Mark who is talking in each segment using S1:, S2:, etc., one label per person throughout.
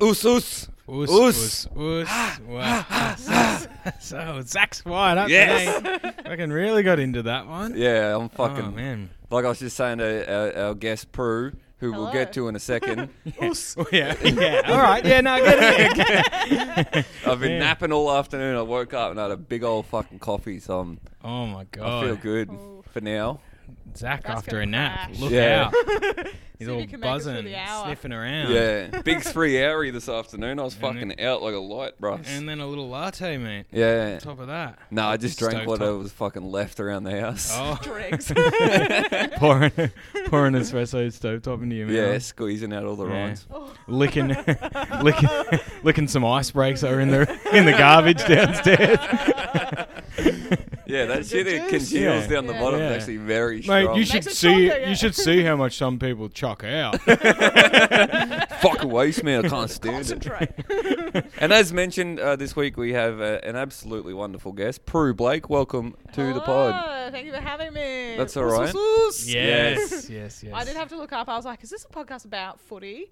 S1: Us, us. Us.
S2: Us,
S1: Ah,
S2: us, us. Wow. so Zach's wide up
S1: Yes.
S2: today. Fucking really got into that one.
S1: Yeah, I'm fucking.
S2: Oh man.
S1: Like I was just saying to our, our guest Prue, who we'll get to in a second.
S2: Oh, yeah. Yeah. All right. Yeah. No. Get it. Okay.
S1: I've been
S2: Yeah.
S1: napping all afternoon. I woke up and I had a big old fucking coffee, so I'm,
S2: Oh my
S1: I
S2: god.
S1: feel good
S3: Oh.
S1: for now.
S2: Zach
S3: That's
S2: after a
S3: gonna
S2: nap.
S3: crash.
S2: Look
S1: Yeah.
S2: out. He's
S3: See if
S2: all
S3: you can make it through
S2: buzzing,
S3: the hour.
S2: sniffing around.
S1: Yeah, big three houry this afternoon. I was fucking out like a light, bruh.
S2: And then a little latte, mate.
S1: Yeah.
S2: On top of that.
S1: No, I just drank what
S2: Stovetop.
S1: was fucking left around the house.
S2: Oh.
S3: Dregs.
S2: pouring, pouring espresso stove top into your mouth.
S1: Yeah, squeezing out all the
S2: Yeah.
S1: rinds.
S3: Oh,
S2: licking, licking, licking some ice breaks that were in the in the garbage downstairs.
S1: Yeah, that
S3: Some
S1: shit
S3: good
S1: it
S3: juice.
S1: congeals
S2: Yeah.
S1: down the
S3: Yeah.
S1: bottom.
S2: Yeah.
S1: It's actually very
S2: Mate,
S1: strong.
S2: you
S3: Makes
S2: should
S3: it
S2: see
S3: stronger, yeah.
S2: you should see how much some people chuck out.
S1: Fuck away, man. I can't stand it.
S3: Concentrate.
S1: And as mentioned uh, this week, we have uh, an absolutely wonderful guest, Prue Blake. Welcome to the pod.
S3: Oh, Thank you for having me.
S1: That's all right.
S3: Us, us, us.
S2: yes, yes, yes.
S3: I did have to look up. I was like, is this a podcast about footy?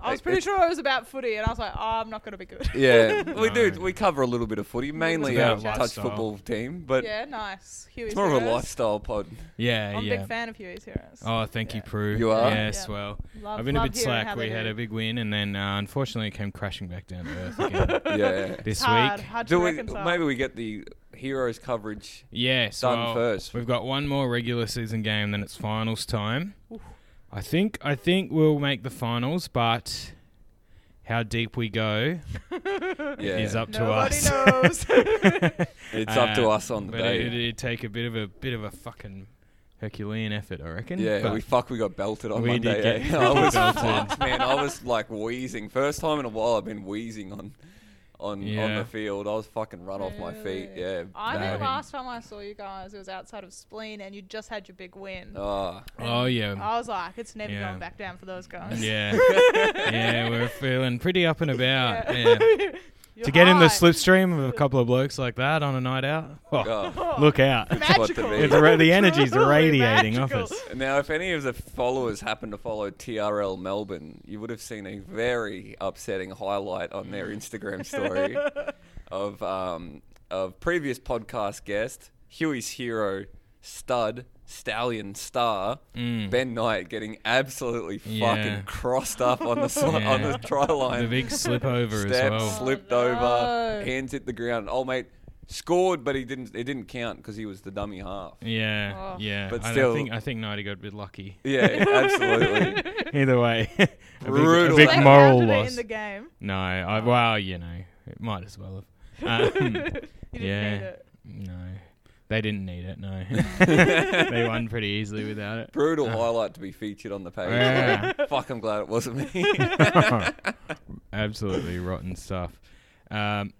S3: I was
S1: It-
S3: pretty
S1: it-
S3: sure it was about footy, and I was like, oh, I'm not going to be good.
S1: Yeah, we
S2: No.
S1: do. We cover a little bit of footy, mainly
S2: bit
S1: our
S2: of
S1: touch
S2: lifestyle.
S1: football team, but
S3: yeah, nice. Huey's
S1: it's more of a
S3: Heroes.
S1: lifestyle pod.
S2: Yeah,
S3: I'm a
S2: yeah.
S3: big fan of Huey's Heroes.
S2: Oh, thank you,
S3: Yeah.
S2: Prue.
S1: You are?
S2: Yes,
S3: Yeah.
S2: well,
S3: Love-
S2: I've been a
S3: love
S2: bit
S3: hearing
S2: slack.
S3: how
S2: We
S3: they
S2: had
S3: do.
S2: a big win, and then uh, unfortunately it came crashing back down to earth again
S1: Yeah.
S2: this
S3: It's hard,
S2: week.
S3: hard to
S1: Do we?
S3: reconcile.
S1: Maybe we get the heroes coverage.
S2: Yes,
S1: Done
S2: well,
S1: first.
S2: We've got one more regular season game, then it's finals time. I think I think we'll make the finals, but how deep we go
S1: Yeah,
S2: is up to
S3: Nobody
S2: us.
S3: knows.
S1: It's up to
S2: Uh,
S1: us on the
S2: but
S1: day.
S2: It, it'd take a bit of a bit of a fucking Herculean effort, I reckon.
S1: yeah,
S2: but
S1: we fuck. We got belted on
S2: We did
S1: Monday.
S2: get
S1: eh? I was
S2: belted.
S1: fucked, man. I was like wheezing. First time in a while, I've been wheezing on, on, on
S2: Yeah.
S1: the field. I was fucking run off my feet.
S3: Really?
S1: Yeah.
S3: I
S2: No.
S3: think last time I saw you guys, it was outside of Spleen, and you just had your big win.
S1: Ah.
S2: oh yeah,
S3: I was like, it's never
S2: Yeah.
S3: going back down for those guys.
S2: yeah, yeah. We're feeling pretty up and about.
S3: Yeah.
S2: Yeah. To get in the
S3: slip.
S2: slipstream of a couple of blokes like that on a night out, oh,
S1: ah.
S2: look out!
S3: Magical.
S1: It's
S2: It's ra- the energy's
S3: Truly
S2: radiating off
S3: magical.
S2: us.
S1: Now, if any of the followers happen to follow TRL Melbourne, you would have seen a very upsetting highlight on their Instagram story of um, of previous podcast guest Huey's hero stud stallion star Ben Knight getting absolutely
S2: Mm. Yeah.
S1: fucking crossed up on the si-
S2: Yeah.
S1: on the try
S2: The
S1: line.
S2: big slip over as
S1: Step
S2: well.
S1: slipped
S3: Oh,
S1: over,
S3: no.
S1: hands hit the ground. Oh mate, scored, but he didn't. It didn't count because he was the dummy half.
S2: Yeah,
S3: Oh.
S2: yeah.
S1: But
S2: I don't
S1: still-
S2: think I think Nighty got a bit lucky.
S1: Yeah, absolutely.
S2: Either way, a big, a
S1: Brutal.
S2: big
S1: They
S3: Left
S2: moral
S3: handed it
S2: loss.
S3: in the game.
S2: No, I well, you know, it might as well have. Um,
S3: You didn't
S2: Yeah.
S3: need it.
S2: no, they didn't need it. No, they won pretty easily without it.
S1: Brutal highlight to be featured on the page.
S2: Yeah.
S1: Fuck, I'm glad it wasn't me.
S2: Absolutely rotten stuff. Um,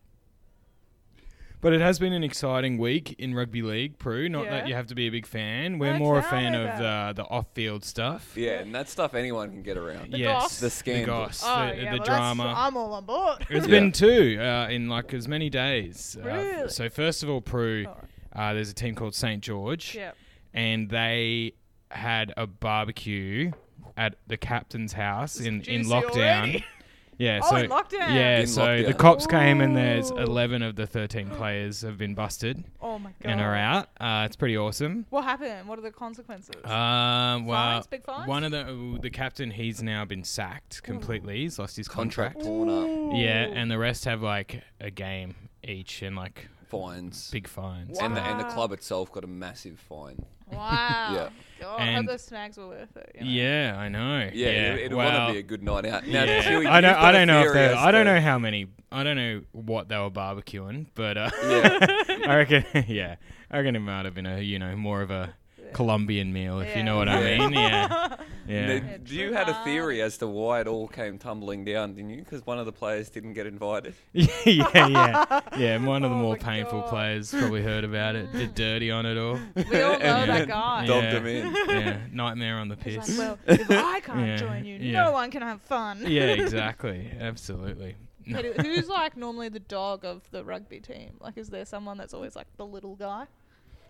S2: but it has been an exciting week in rugby league, Prue. Not that
S3: Yeah.
S2: you have to be a big fan. We're
S3: Okay,
S2: more a fan
S3: I know
S2: of uh, the, the off-field stuff.
S1: yeah, and that stuff anyone can get around.
S3: The
S2: yes,
S3: goss.
S1: The scandal.
S2: the, goss,
S3: Oh,
S2: the,
S3: yeah,
S2: the
S3: well, that's-
S2: drama.
S3: I'm all on board.
S2: It's
S1: Yeah.
S2: been two uh, in like as many days. Uh, f-
S3: Really?
S2: so first of all, Prue,
S3: Alright.
S2: uh, there's a team called St George,
S3: Yep.
S2: and they had a barbecue at the captain's house in, in
S3: juicy
S2: lockdown.
S3: already.
S2: yeah,
S3: Oh,
S2: so
S3: in lockdown.
S2: yeah,
S1: In
S2: so the
S1: lockdown.
S2: cops came and there's
S3: Ooh.
S2: 11 of the 13 players have been busted
S3: Oh my god.
S2: and are out. Uh, it's pretty awesome.
S3: What happened? What are the consequences?
S2: Um, well,
S3: Fines? Big fines?
S2: one of the ooh, the captain, he's now been sacked completely. He's lost his
S1: Contract
S2: contract.
S1: torn up,
S2: Yeah, and the rest have like a game each and like
S1: fines.
S2: big fines.
S1: And, the, and the
S3: Wow.
S1: club itself got a massive fine.
S3: wow.
S1: Yeah.
S3: God, I hope
S2: And-
S3: those snags were worth it. you know.
S2: Yeah, I know.
S1: Yeah, it, it'd want
S2: well,
S1: to be a good night out. Now,
S2: yeah.
S1: Chewy,
S2: I don't.
S1: you've got
S2: I
S1: a
S2: don't know if
S1: theory
S2: they.
S1: as
S2: I don't
S1: to-
S2: know how many. I don't know what they were barbecuing, but uh,
S1: Yeah,
S2: I reckon. Yeah, I reckon it might have been a you know more of a Colombian meal, if you
S3: Yeah.
S2: know what I
S1: Yeah.
S2: mean. Yeah, yeah.
S1: Now, you had a theory as to why it all came tumbling down, didn't you? Because one of the players didn't get invited.
S2: yeah, yeah, yeah. One of the
S3: Oh
S2: more
S3: my
S2: painful
S3: God.
S2: players probably heard about it, did dirty on it all.
S3: We all know
S1: And
S2: Yeah.
S3: that guy.
S1: Dobbed
S2: Yeah.
S1: him in.
S2: Yeah, nightmare on the
S3: He's
S2: piss.
S3: like, well, if I can't
S2: Yeah,
S3: join you,
S2: yeah.
S3: no one can have fun.
S2: yeah, exactly, absolutely. No.
S3: Who- Who's like normally the dog of the rugby team? Like, is there someone that's always like the little guy?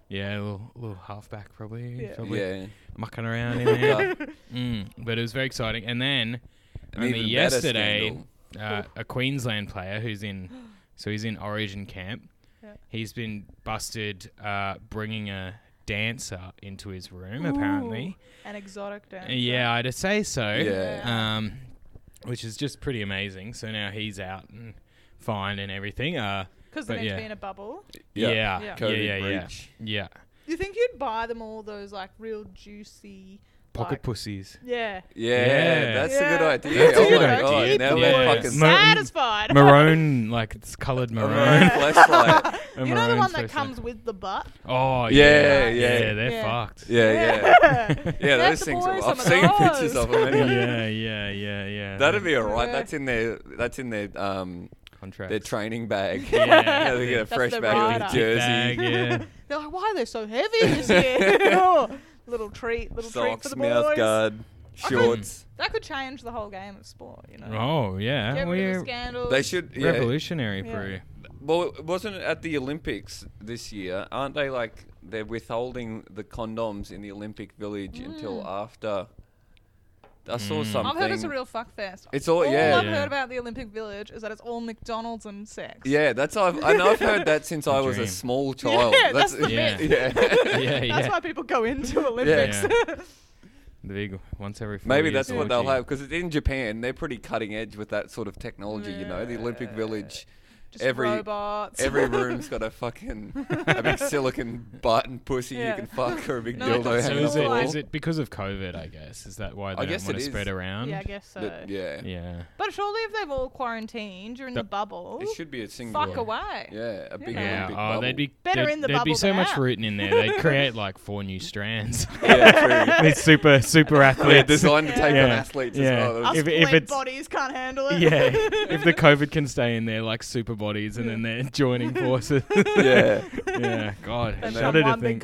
S2: Yeah, a little, little halfback probably,
S3: Yeah.
S2: probably
S1: Yeah.
S2: mucking around in there.
S1: yeah.
S2: Mm, but it was very exciting. And then
S1: An
S2: only
S1: even better
S2: yesterday,
S1: scandal.
S2: uh, a Queensland player who's in, so he's in Origin camp.
S3: Yeah.
S2: He's been busted uh, bringing a dancer into his room, apparently. Uh,
S3: An exotic dance.
S2: Yeah, I'd say so.
S1: Yeah.
S2: Um, which is just pretty amazing. So now he's out and fine and everything. Uh,
S3: Because they
S2: but
S3: need
S2: yeah.
S3: to be in a bubble.
S1: Yeah.
S2: yeah, yeah, yeah,
S1: Covid
S2: yeah, yeah.
S1: breach.
S3: You think you'd buy them all those like real juicy
S2: Pocket
S3: like,
S2: pussies.
S3: Yeah.
S1: Yeah,
S2: Yeah.
S1: that's
S3: Yeah.
S1: a good idea.
S3: That's a
S1: oh
S3: good
S1: my god,
S3: idea.
S1: now
S2: Yeah.
S1: we're
S2: Yes.
S1: fucking
S2: Maroon-
S3: Satisfied.
S2: Maroon, like it's coloured
S1: a
S2: maroon.
S1: maroon flashlight.
S2: A
S3: you know the
S2: maroon
S3: one that
S2: flashlight.
S3: comes with the butt.
S2: Oh
S1: Yeah,
S2: yeah,
S1: yeah.
S2: they're
S3: Yeah.
S2: fucked.
S1: Yeah, yeah, yeah.
S3: Let's
S1: Those things.
S3: borrow
S1: Are,
S3: some
S1: I've
S3: of
S1: seen
S3: those.
S1: pictures of them. Anyway.
S2: yeah, yeah, yeah, yeah.
S1: That'd be alright.
S3: Yeah.
S1: That's in their. That's in their. Um,
S2: contract.
S1: their training bag.
S2: Yeah.
S1: You know, they get a
S3: That's
S1: fresh
S3: the
S1: bag
S3: rider.
S1: of
S3: Big
S1: jersey.
S2: Bag, yeah.
S3: They're like, why are they so heavy this year? little treat, little treat for
S1: Socks,
S3: the
S1: mouth
S3: boys.
S1: guard, shorts.
S3: That could change the whole game of sport, you know.
S2: Oh yeah,
S3: Get rid of the
S2: we're
S3: scandals.
S1: They should. Yeah.
S2: revolutionary,
S3: Yeah.
S2: Peru.
S1: Well, it wasn't it at the Olympics this year? Aren't they like they're withholding the condoms in the Olympic Village until after? I saw something.
S2: Mm.
S3: Mm. I've heard it's a real fuckfest.
S1: It's all-
S3: all
S1: yeah.
S3: I've
S2: Yeah.
S3: heard about the Olympic Village is that it's all McDonald's and sex.
S1: yeah, that's I've and I've heard that since I was a
S2: dream.
S1: small child.
S3: Yeah, that's the
S2: Yeah. myth.
S1: yeah.
S2: Yeah,
S3: That's
S2: yeah.
S3: why people go into Olympics.
S2: Yeah. The big once every. Four
S1: Maybe
S2: years
S1: that's what they'll
S2: orgy.
S1: have because it's in Japan. They're pretty cutting edge with that sort of technology. You know, the Olympic
S3: Yeah.
S1: Village.
S3: Just
S1: Every-
S3: robots.
S1: Every room's got a fucking a big silicon butt and pussy you
S3: Yeah.
S1: can fuck or a big
S3: No,
S1: dildo.
S3: that's
S2: So
S1: hanging
S2: is
S1: off the
S2: it,
S1: wall.
S2: is it because of COVID? I guess is that why
S1: I
S2: they
S1: guess
S2: don't want
S1: it is.
S2: to spread around?
S3: yeah, I guess so.
S1: That- yeah.
S2: Yeah.
S3: But surely if they've all quarantined, you're in the
S2: That-
S3: bubble.
S1: It should be a single.
S3: fuck away.
S1: Yeah, a big
S2: Yeah.
S1: Olympic
S2: Oh,
S1: bubble.
S2: they'd be
S3: Better
S2: there'd-
S3: in the
S2: There'd be
S3: bubble
S2: so
S3: than
S2: much
S3: out.
S2: rooting in there. They'd create like four new strands.
S1: yeah, true.
S2: With super super
S1: They're
S2: athletes.
S1: designed to take on
S2: Yeah.
S1: athletes
S2: Yeah.
S1: as well.
S3: Us
S2: If- if
S3: plain
S2: it's-
S3: bodies can't handle it.
S2: Yeah, if the COVID can stay in there like super bodies, and then they're joining forces.
S1: yeah.
S2: yeah, God,
S3: Then
S1: Shudder
S2: shudder to
S3: one big
S2: think.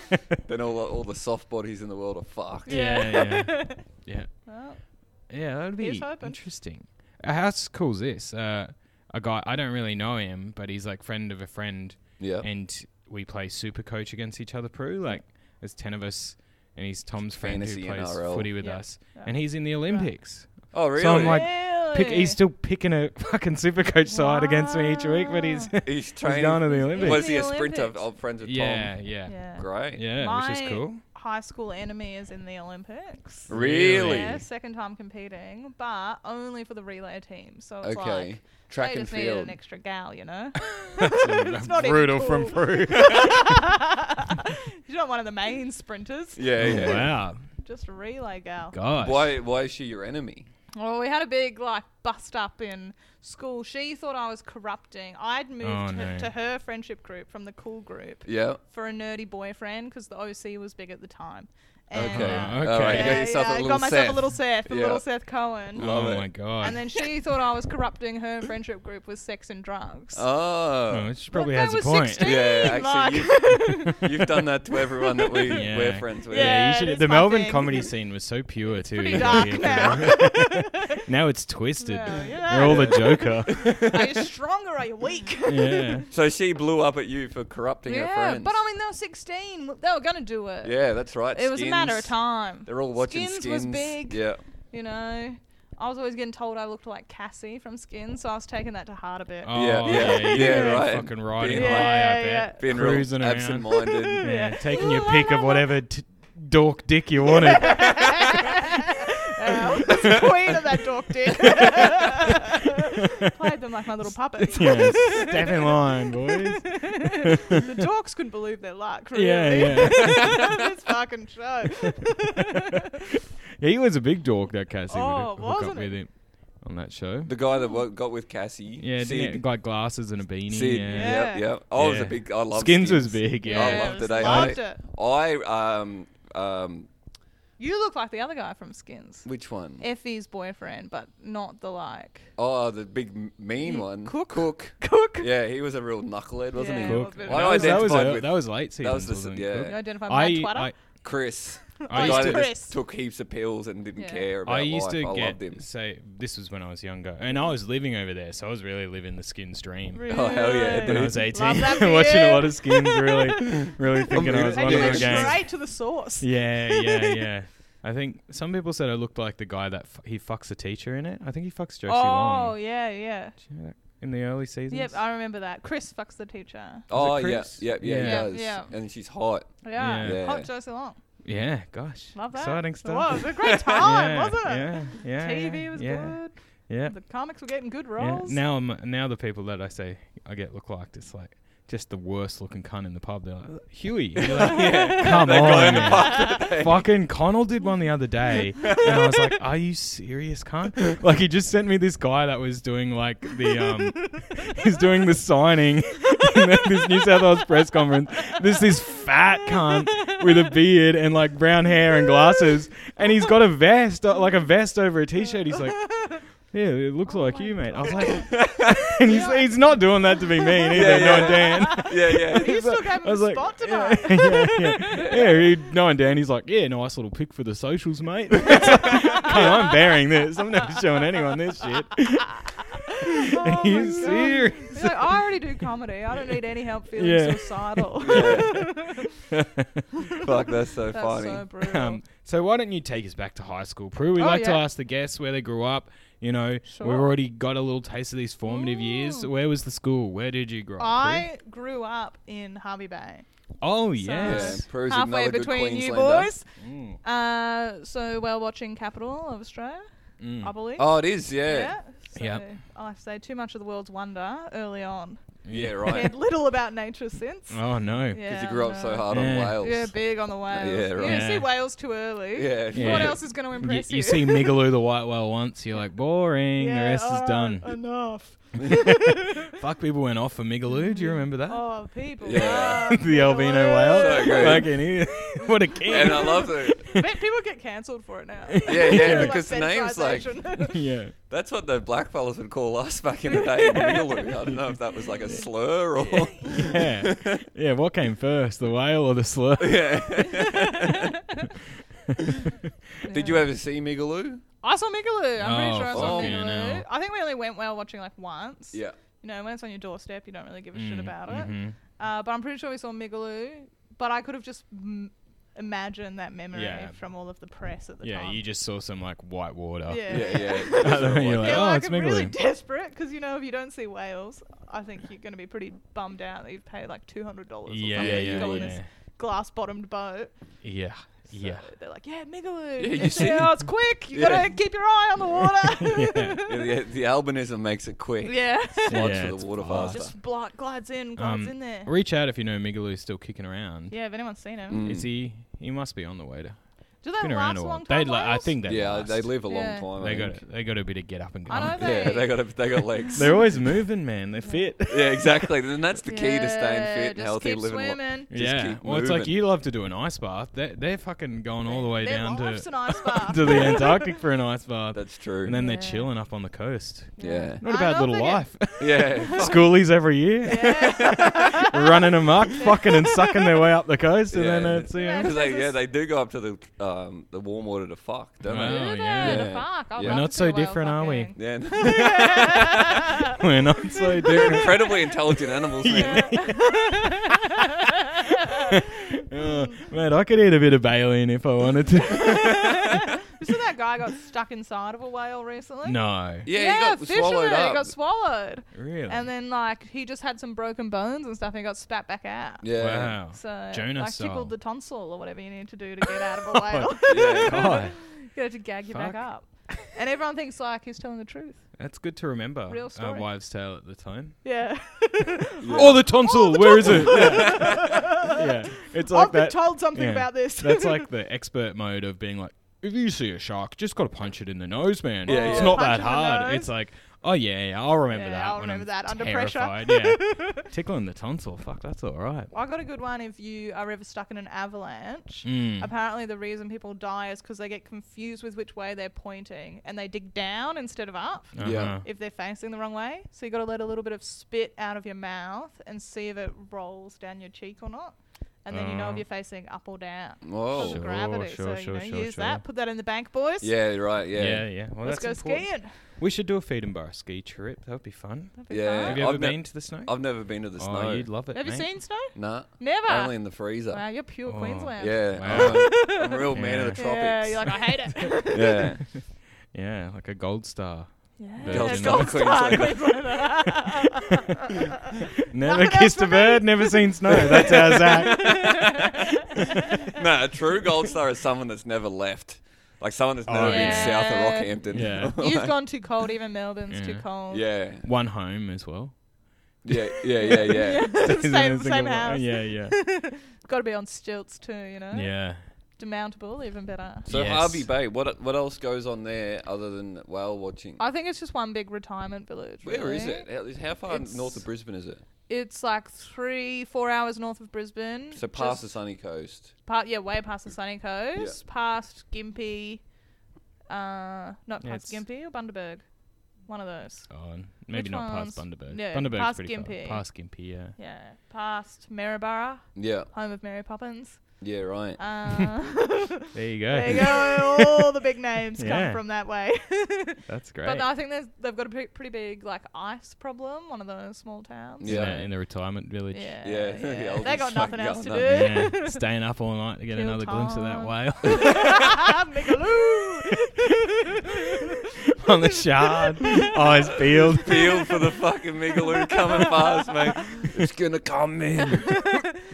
S2: Yeah.
S1: Then all the, all the soft bodies in the world are fucked.
S2: Yeah, yeah. yeah,
S3: Well,
S2: yeah, that'd
S3: Here's
S2: be
S3: hoping.
S2: interesting. Uh, how s- cool is this? Uh, a guy I don't really know him, but he's like friend of a friend,
S1: Yeah.
S2: and we play super coach against each other. Peru, like there's ten of us, and he's Tom's friend
S1: Fantasy
S2: who plays
S1: NRL.
S2: footy with
S3: Yeah.
S2: us, and he's in the Olympics.
S1: Oh, really?
S2: So I'm like, pick,
S3: really?
S2: he's still picking a fucking super coach side against me each week, but he's
S1: he's
S2: he's
S1: training.
S2: going to the
S3: Olympics.
S2: Olympics.
S1: Was he a sprinter?
S3: Olympics.
S1: Old friends with
S2: Yeah,
S3: yeah.
S2: yeah,
S1: Tom. Great.
S2: yeah, which
S3: My-
S2: is cool.
S3: High school enemy is in the Olympics.
S1: Really?
S3: Yeah, second time competing, but only for the relay team. So it's
S1: Okay.
S3: like
S1: Track
S3: they
S1: and
S3: just needed
S1: field.
S3: an extra gal, you know.
S2: It's
S3: not even
S2: brutal
S3: cool.
S2: from Peru.
S3: You're not one of the main sprinters.
S1: Yeah, yeah.
S2: Oh, wow,
S3: Just a relay gal.
S2: gosh.
S1: Why? Why is she your enemy?
S3: Well, we had a big like bust up in school. She thought I was corrupting. I'd moved
S2: Oh,
S3: her-
S2: no.
S3: to her friendship group from the cool group
S1: Yeah.
S3: for a nerdy boyfriend because the OC was big at the time.
S1: Okay.
S2: Oh,
S3: And, uh,
S2: okay.
S1: All right. You
S3: Yeah,
S1: got yourself
S3: yeah,
S1: a
S3: I
S1: little
S3: got myself
S1: Seth.
S3: a little Seth, a
S1: Yeah.
S3: little Seth Cohen.
S2: Oh
S1: Love it.
S2: my god.
S3: And then she thought I was corrupting her friendship group with sex and drugs.
S2: oh,
S1: Oh.
S2: she probably
S3: But
S2: has
S3: that
S2: a
S3: was
S2: point.
S3: 16,
S1: Yeah,
S3: like-
S1: actually, You've done that to everyone that we
S2: Yeah.
S1: we're friends with.
S2: Yeah,
S3: Yeah,
S2: you should.
S3: that's
S2: The
S3: my
S2: Melbourne
S3: thing.
S2: comedy scene was so pure too.
S3: Pretty
S2: you know,
S3: dark
S2: you-
S3: now.
S2: now it's twisted.
S3: Yeah, you
S2: We're all
S3: know.
S2: the Joker.
S3: are you strong or are you weak?
S2: yeah.
S1: So she blew up at you for corrupting her
S3: Yeah,
S1: friends.
S3: but I mean, they were 16. They were going to do it.
S1: yeah, that's right.
S3: It was a matter of
S1: Skins.
S3: time.
S1: They're all watching skins.
S3: Skins was big.
S1: Yeah.
S3: You know, I was always getting told I looked like Cassie from Skins, so I was taking that to heart a bit.
S2: Oh,
S1: Yeah,
S2: yeah,
S1: yeah,
S2: yeah,
S1: yeah,
S2: you're
S1: right.
S2: Fucking riding
S1: Yeah,
S2: high, I
S3: yeah,
S2: bet.
S1: Being real
S2: Cruising around.
S1: absent-minded.
S2: Yeah,
S3: Yeah.
S2: taking your pick of whatever t- dork dick you wanted.
S3: Yeah, I was the queen of that dork dick. Played them like my little puppets.
S2: yeah, step in line, boys.
S3: the dorks couldn't believe their luck, really.
S2: Yeah, yeah.
S3: this fucking show.
S2: Yeah, he was a big dork. That Cassie
S3: Oh,
S2: would hook up
S3: wasn't
S2: with
S3: he?
S2: him on that show.
S1: The guy that wo- got with Cassie.
S2: yeah,
S1: Sid.
S2: didn't he? like glasses and a beanie.
S1: Sid.
S2: yeah.
S1: Yeah.
S3: Yeah.
S1: Yeah. I was a
S2: Yeah.
S1: big. I love
S2: Skins was big, yeah.
S1: I loved it. eh?
S3: Loved
S1: I,
S3: it.
S1: I um um
S3: You look like the other guy from Skins.
S1: which one?
S3: Effie's boyfriend, but not the like.
S1: Oh, the big m- mean one.
S3: Cook.
S1: Mm, Cook.
S3: Cook.
S1: Yeah, he was a real knucklehead, wasn't
S3: Yeah,
S1: he?
S3: it
S2: Cook.
S3: was a bit
S2: That
S3: of a-
S1: I
S2: was, that, was,
S1: identified
S2: uh,
S1: with
S2: that was late season.
S1: That was the-
S2: wasn't it,
S1: yeah.
S2: Cook?
S3: You identify
S2: I,
S3: with my Twitter?
S2: I,
S1: Chris. the
S2: I used
S1: guy
S2: to-
S1: that
S3: Chris.
S1: just took heaps of pills and didn't
S3: Yeah.
S1: care about
S2: I used
S1: life.
S2: to
S1: I loved him.
S2: get so this was when I was younger, and I was living over there, so I was really living the skins dream.
S1: Oh, hell yeah,
S2: When I
S1: dude.
S2: was eighteen,
S3: Love that for
S2: watching a
S3: you.
S2: lot of skins, really, really thinking I was
S1: And
S2: one
S1: you
S2: of
S1: went
S2: the gang.
S3: straight to the source.
S2: Yeah, yeah, yeah. I think some people said I looked like the guy that f- he fucks a teacher in it. I think he fucks Josie
S3: oh
S2: Long.
S3: yeah, yeah.
S2: Do you know that? In the early seasons.
S3: Yep, I remember that. Chris fucks the teacher.
S1: Oh yeah,
S2: Chris?
S1: yeah, yeah, he
S2: Yeah.
S3: Yeah,
S1: does.
S3: yeah.
S1: And she's hot.
S3: Yeah,
S1: Yeah.
S3: hot Josie Long.
S2: yeah, gosh.
S3: Love that.
S2: Exciting stuff.
S3: It was a great time,
S2: yeah,
S3: wasn't it?
S2: Yeah, yeah.
S3: TV
S2: yeah,
S3: was
S2: yeah,
S3: good.
S2: Yeah.
S3: The comics were getting good
S2: yeah.
S3: roles.
S2: Now I'm now the people that I say I get look like it's like just the worst looking cunt in the pub. They're like Huey. You're like, Come
S1: That guy in the
S2: on.
S1: pub that they-
S2: Fucking Connell did one the other day, and I was like, "Are you serious, cunt?" Like he just sent me this guy that was doing like the um, he's doing the signing in the- this New South Wales press conference. This this fat cunt with a beard and like brown hair and glasses, and he's got a vest uh, like a vest over a t-shirt. He's like, "Yeah, it looks
S1: Oh
S2: like you, mate." I was like, and he's, he's not doing that to be mean either,
S1: Yeah, yeah.
S2: no, Dan.
S1: yeah, yeah.
S3: you still gave him
S2: I
S3: a
S2: was like,
S3: spot
S2: yeah,
S3: tonight.
S2: yeah, yeah, yeah. He, knowing Dan, he's like, yeah, nice little pick for the socials, mate. It's like, "Cunt, I'm bearing this. I'm never showing anyone this shit.
S3: Oh
S2: Are you
S3: my God.
S2: serious?
S3: He's like, I already do comedy. I don't need any help feeling
S2: Yeah.
S3: suicidal.
S1: Fuck, that's so
S3: That's
S1: funny.
S3: so brutal.
S2: Um, so why don't you take us back to high school, Prue? We
S3: Oh,
S2: like to
S3: yeah.
S2: ask the guests where they grew up. You know,
S3: Sure.
S2: we've already got a little taste of these formative years.
S3: Mm.
S2: Where was the school? Where did you grow up? Prue?
S3: I grew up in Harvey Bay.
S2: oh
S3: so-
S1: yeah,
S2: yes.
S1: Prue's
S3: halfway
S1: another good
S3: between you
S1: Queenslander.
S3: boys.
S2: Mm,
S3: Uh, so well watching capital of Australia, I
S2: mm.
S3: believe.
S1: Oh, it is, yeah.
S3: yeah. So
S2: Yep.
S3: I say too much of the world's wonder early on.
S1: Yeah,
S3: Cared
S1: right.
S3: little about nature since.
S2: Oh no.
S3: Yeah,
S1: Because you grew
S3: I
S1: up so
S3: know.
S1: hard
S2: Yeah.
S1: on
S3: Yeah,
S1: Wales.
S3: big on the whales.
S1: Yeah, right.
S3: You see
S2: Yeah.
S3: whales too early.
S1: Yeah.
S3: What
S2: Yeah.
S3: else is going to
S2: You,
S3: impress you?
S2: you see Migaloo the white whale once, you're like boring.
S3: Yeah, oh,
S2: the rest is
S3: alright,
S2: done.
S3: Enough.
S2: Fuck, people went off for Migaloo. Do you remember that?
S3: Oh, people.
S1: Yeah.
S3: love
S2: the albino whale.
S1: So good.
S2: Fucking idiot. what a kid.
S1: And I love it.
S3: But people get cancelled for it now.
S1: Yeah,
S2: yeah,
S1: because the name's like-
S3: fetishization.
S2: yeah.
S1: That's what the blackfellas would call us back in the day. in Migaloo. I don't know if that was like a slur or.
S2: Yeah. Yeah. What came first, the whale or the slur?
S1: yeah. Did
S3: Yeah.
S1: you ever see Migaloo?
S3: I saw Migaloo. I'm pretty
S2: Oh,
S3: sure I saw
S1: fucking
S3: Migaloo.
S2: hell.
S3: I think we only went whale watching like once.
S1: Yeah.
S3: You know, when it's on your doorstep, you don't really give a shit
S2: Mm,
S3: about it.
S2: mhm.
S3: Uh, but I'm pretty sure we saw Migaloo. But I could have just m- imagined that memory
S2: Yeah.
S3: from all of the press at the
S2: Yeah,
S3: time.
S2: you just saw some like white water.
S3: Yeah.
S1: Yeah, yeah.
S2: You're like,
S3: yeah,
S2: oh,
S3: like
S2: it's
S3: I'm really
S2: Migaloo.
S3: desperate because you know if you don't see whales, I think you're going to be pretty bummed out that you've paid like two hundred dollars.
S2: Yeah,
S3: or
S2: yeah,
S3: something to
S2: yeah,
S3: go on
S2: yeah,
S3: this glass-bottomed boat.
S2: yeah, yeah.
S3: So They're like, yeah, Migaloo.
S1: Yeah, you
S3: it's,
S1: see-
S3: yeah, it's quick. You
S1: Yeah.
S3: gotta keep your eye on the water.
S1: Yeah, the, the albinism makes it quick.
S3: yeah.
S1: Slides
S2: Yeah,
S1: for
S2: it's
S1: the water
S2: fast.
S1: faster.
S3: Just blo- glides in, glides
S2: Um,
S3: in there.
S2: Reach out if you know Migaloo's still kicking around.
S3: yeah, if anyone's seen him,
S1: Mm.
S2: Is he? He must be on the way to
S3: do they
S2: kicking around
S3: last
S2: a
S3: a
S2: while.
S3: long time?
S2: They, li- I
S3: whales?
S2: think they.
S1: Yeah,
S2: last.
S1: they live a long
S3: Yeah.
S1: time. I
S2: They got.
S1: think.
S2: They got a bit of get up and go.
S3: I know they-
S1: Yeah, they got a, they got legs.
S2: They're always moving, man. They're fit.
S1: yeah, exactly. And that's the key to staying
S3: Yeah,
S1: fit and
S3: just
S1: healthy,
S3: keep
S1: living. lo-
S3: swimming.
S1: Just
S2: yeah.
S1: keep
S2: well, it's like
S1: moving.
S2: you love to do an ice bath. They're, they're fucking going all the way
S3: Their
S2: down
S3: life's
S2: to,
S3: an ice bath.
S2: to the Antarctic for an ice bath.
S1: That's true.
S2: And then they're
S3: Yeah.
S2: chilling up on the coast.
S1: yeah.
S2: Not a
S3: I
S2: bad
S3: know
S2: little
S3: they get-
S2: life.
S1: Yeah.
S2: Schoolies every year, running amok, fucking and sucking their way up the coast, and then
S1: Yeah.
S2: it's you know,
S1: Because they, yeah, they do go up to the um, the warm water to fuck, don't
S2: Wow.
S1: they?
S2: Oh,
S3: Do they?
S2: yeah.
S3: The fuck? I
S1: Yeah.
S3: love
S2: We're not
S3: to
S2: so
S3: see whale
S2: different, are we?
S3: fucking.
S1: Yeah,
S2: we're not so
S1: they're
S2: different.
S1: incredibly intelligent animals. Man.
S2: Oh, man, I could eat a bit of baleen if I wanted to.
S3: You saw that guy got stuck inside of a whale recently?
S2: no,
S1: Yeah, he got
S3: fisherman,
S1: swallowed
S3: He
S1: up.
S3: got swallowed.
S2: really.
S3: And then like he just had some broken bones and stuff and he got spat back out.
S1: yeah.
S2: wow,
S3: So
S2: Jonah
S3: like
S2: style.
S3: tickled the tonsil or whatever you need to do to get out of a whale.
S1: Yeah.
S2: God,
S3: you got to gag you back
S2: Fuck.
S3: up. And everyone thinks like he's telling the truth.
S2: that's good to remember.
S3: Real
S2: Our
S3: story.
S2: wives' tale at the time.
S3: Yeah.
S1: Yeah.
S2: Or the
S3: Oh,
S2: tonsil. Where is it? yeah, it's like
S3: I've been
S2: that.
S3: told something
S2: yeah.
S3: about this.
S2: That's like the expert mode of being like, if you see a shark, just gotta punch it in the nose, man.
S1: Yeah,
S2: it's
S1: yeah.
S2: not
S3: Punch
S2: that
S3: in the
S2: hard.
S3: nose.
S2: It's like, oh yeah, yeah, I'll remember
S3: Yeah,
S2: that.
S3: I'll
S2: when
S3: remember
S2: I'm
S3: that under pressure.
S2: terrified. pressure. Yeah, tickling the tonsil. Fuck, that's all right.
S3: I got a good one if you are ever stuck in an avalanche.
S2: Mm.
S3: Apparently, the reason people die is because they get confused with which way they're pointing and they dig down instead of up
S1: Yeah.
S2: Uh-huh.
S3: if they're facing the wrong way. So you got to let a little bit of spit out of your mouth and see if it rolls down your cheek or not. and then you know
S2: Oh.
S3: if you're facing up or down.
S1: Whoa.
S3: because of
S2: Sure,
S3: gravity.
S2: sure,
S3: so
S2: sure,
S3: you know,
S2: sure,
S3: use
S2: sure.
S3: that. Put that in the bank, boys.
S1: Oh. Yeah, right.
S2: Yeah, yeah.
S1: Yeah.
S2: Well,
S3: Let's
S2: that's
S3: go
S2: important.
S3: skiing.
S2: We should do a feed and bar ski trip. That would be fun.
S3: That'd be
S1: Yeah.
S2: Have
S3: fun.
S2: you ever
S1: I've ne-
S2: been to the snow?
S1: I've never been to the
S2: Oh,
S1: snow.
S2: you'd love it.
S3: Have you
S2: mate.
S3: seen snow?
S1: Nah.
S3: Never.
S1: Only in the freezer.
S3: wow, you're pure
S2: Oh.
S3: Queensland.
S1: Yeah.
S2: Wow.
S1: I'm, a- I'm a real man of the tropics.
S3: Yeah, you're like, I hate it.
S1: yeah.
S2: Yeah, like a gold star.
S3: yeah,
S2: Gold star,
S3: gold, star,
S1: Queensland.
S3: Queensland.
S2: Never
S3: Nothing else
S2: kissed a
S3: for me.
S2: bird, never seen snow. That's our Zach.
S1: no, a true gold star is someone that's never left. Like someone that's
S2: Oh,
S1: never
S2: yeah.
S1: been south of
S3: Yeah.
S1: Rockhampton.
S2: Yeah.
S3: You've gone too cold. Even Melbourne's too
S2: Yeah.
S3: cold.
S1: yeah.
S2: One home as well.
S1: Yeah. Yeah. Yeah. Yeah.
S2: Stays in a
S3: same
S2: single
S3: same
S2: lo-
S3: house.
S2: Yeah, yeah,
S3: Got to be on stilts too, you know.
S2: yeah.
S3: Demountable, even better.
S1: So
S2: Yes.
S1: Harvey Bay, what what else goes on there other than whale watching?
S3: I think it's just one big retirement village.
S1: Where
S3: really.
S1: is it? How, is- how far
S3: It's-
S1: north of Brisbane is it?
S3: It's like three, four hours north of Brisbane.
S1: So past the
S3: Just
S1: sunny coast.
S3: pa- yeah, way past the sunny coast, past Gympie, uh, not
S2: Yeah, it's-
S3: past Gympie or Bundaberg, one of those.
S2: Oh, and maybe
S3: Which
S2: not past
S3: ones?
S2: Bundaberg.
S3: Yeah,
S2: Bundaberg's
S3: past
S2: pretty
S3: Gympie.
S2: far. Past Gimpy, yeah.
S3: Yeah, past Maryborough,
S1: Yeah.
S3: home of Mary Poppins.
S1: Yeah. Right.
S3: Uh,
S2: There you go.
S3: there you go. All the big names
S2: Yeah.
S3: come from that way.
S2: That's great.
S3: But I think there's, they've got a pre- pretty big like ice problem. One of those small towns.
S1: Yeah.
S2: yeah. in, a, in a retirement village.
S3: Yeah,
S1: Yeah, the
S3: yeah.
S1: old
S3: they got
S1: fucking
S3: nothing else to
S1: going
S3: do.
S2: Yeah, Staying up all night to get
S3: Kill
S2: another glimpse of that
S3: time.
S2: whale
S3: Migaloo.
S2: on the shard. Eyes peeled.
S1: Feel for the fucking Migaloo coming past, mate. It's gonna come in.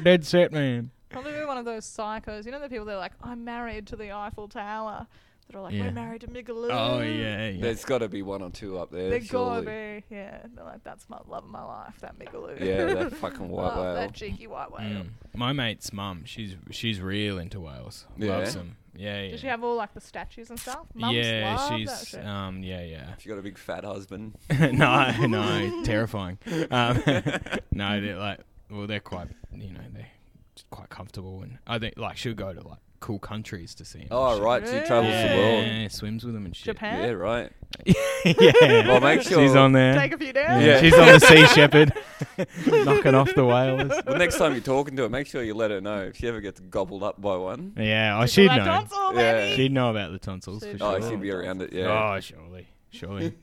S2: Dead set, man.
S3: Probably be one of those psychos. You know the people that are like, I'm married to the Eiffel Tower. That are like,
S2: Yeah.
S3: we're married to Migaloo.
S2: Oh, yeah. yeah.
S1: There's got to be one or two up there.
S3: They're
S1: surely.
S3: gotta be. Yeah. They're like, that's my love of my life, that Migaloo.
S1: Yeah, that fucking white
S3: Love
S1: whale.
S3: That cheeky white whale.
S2: Mm. My mate's mum, she's she's real into whales.
S1: Yeah.
S2: Loves them. Yeah, yeah.
S3: Does she have all like the statues and stuff? Mums
S2: yeah,
S3: love
S2: she's
S3: that shit.
S2: um, yeah, yeah.
S1: She got a big fat husband.
S2: no, no, terrifying. Um, no, they're like, well, they're quite, you know, they're just quite comfortable, and I think like she'll go to like cool countries to see him.
S1: Oh right, she travels
S2: yeah,
S1: the world.
S2: swims with them and shit.
S3: Japan?
S1: Yeah, right.
S2: yeah,
S1: Well, make
S2: she's
S1: sure-
S2: on there.
S3: Take a few down.
S2: yeah.
S1: Yeah.
S2: she's on the sea shepherd, knocking off the whalers.
S1: Well, next time you're talking to her, make sure you let her know if she ever gets gobbled up by one.
S2: Yeah, oh,
S3: She's
S2: she'd
S3: got that
S2: know.
S3: tonsil,
S1: Yeah.
S3: baby.
S2: She'd know about the tonsils for
S3: She'd
S2: sure.
S1: Oh, she'd be around it. Yeah.
S2: Oh, surely,
S1: Oh.
S2: surely.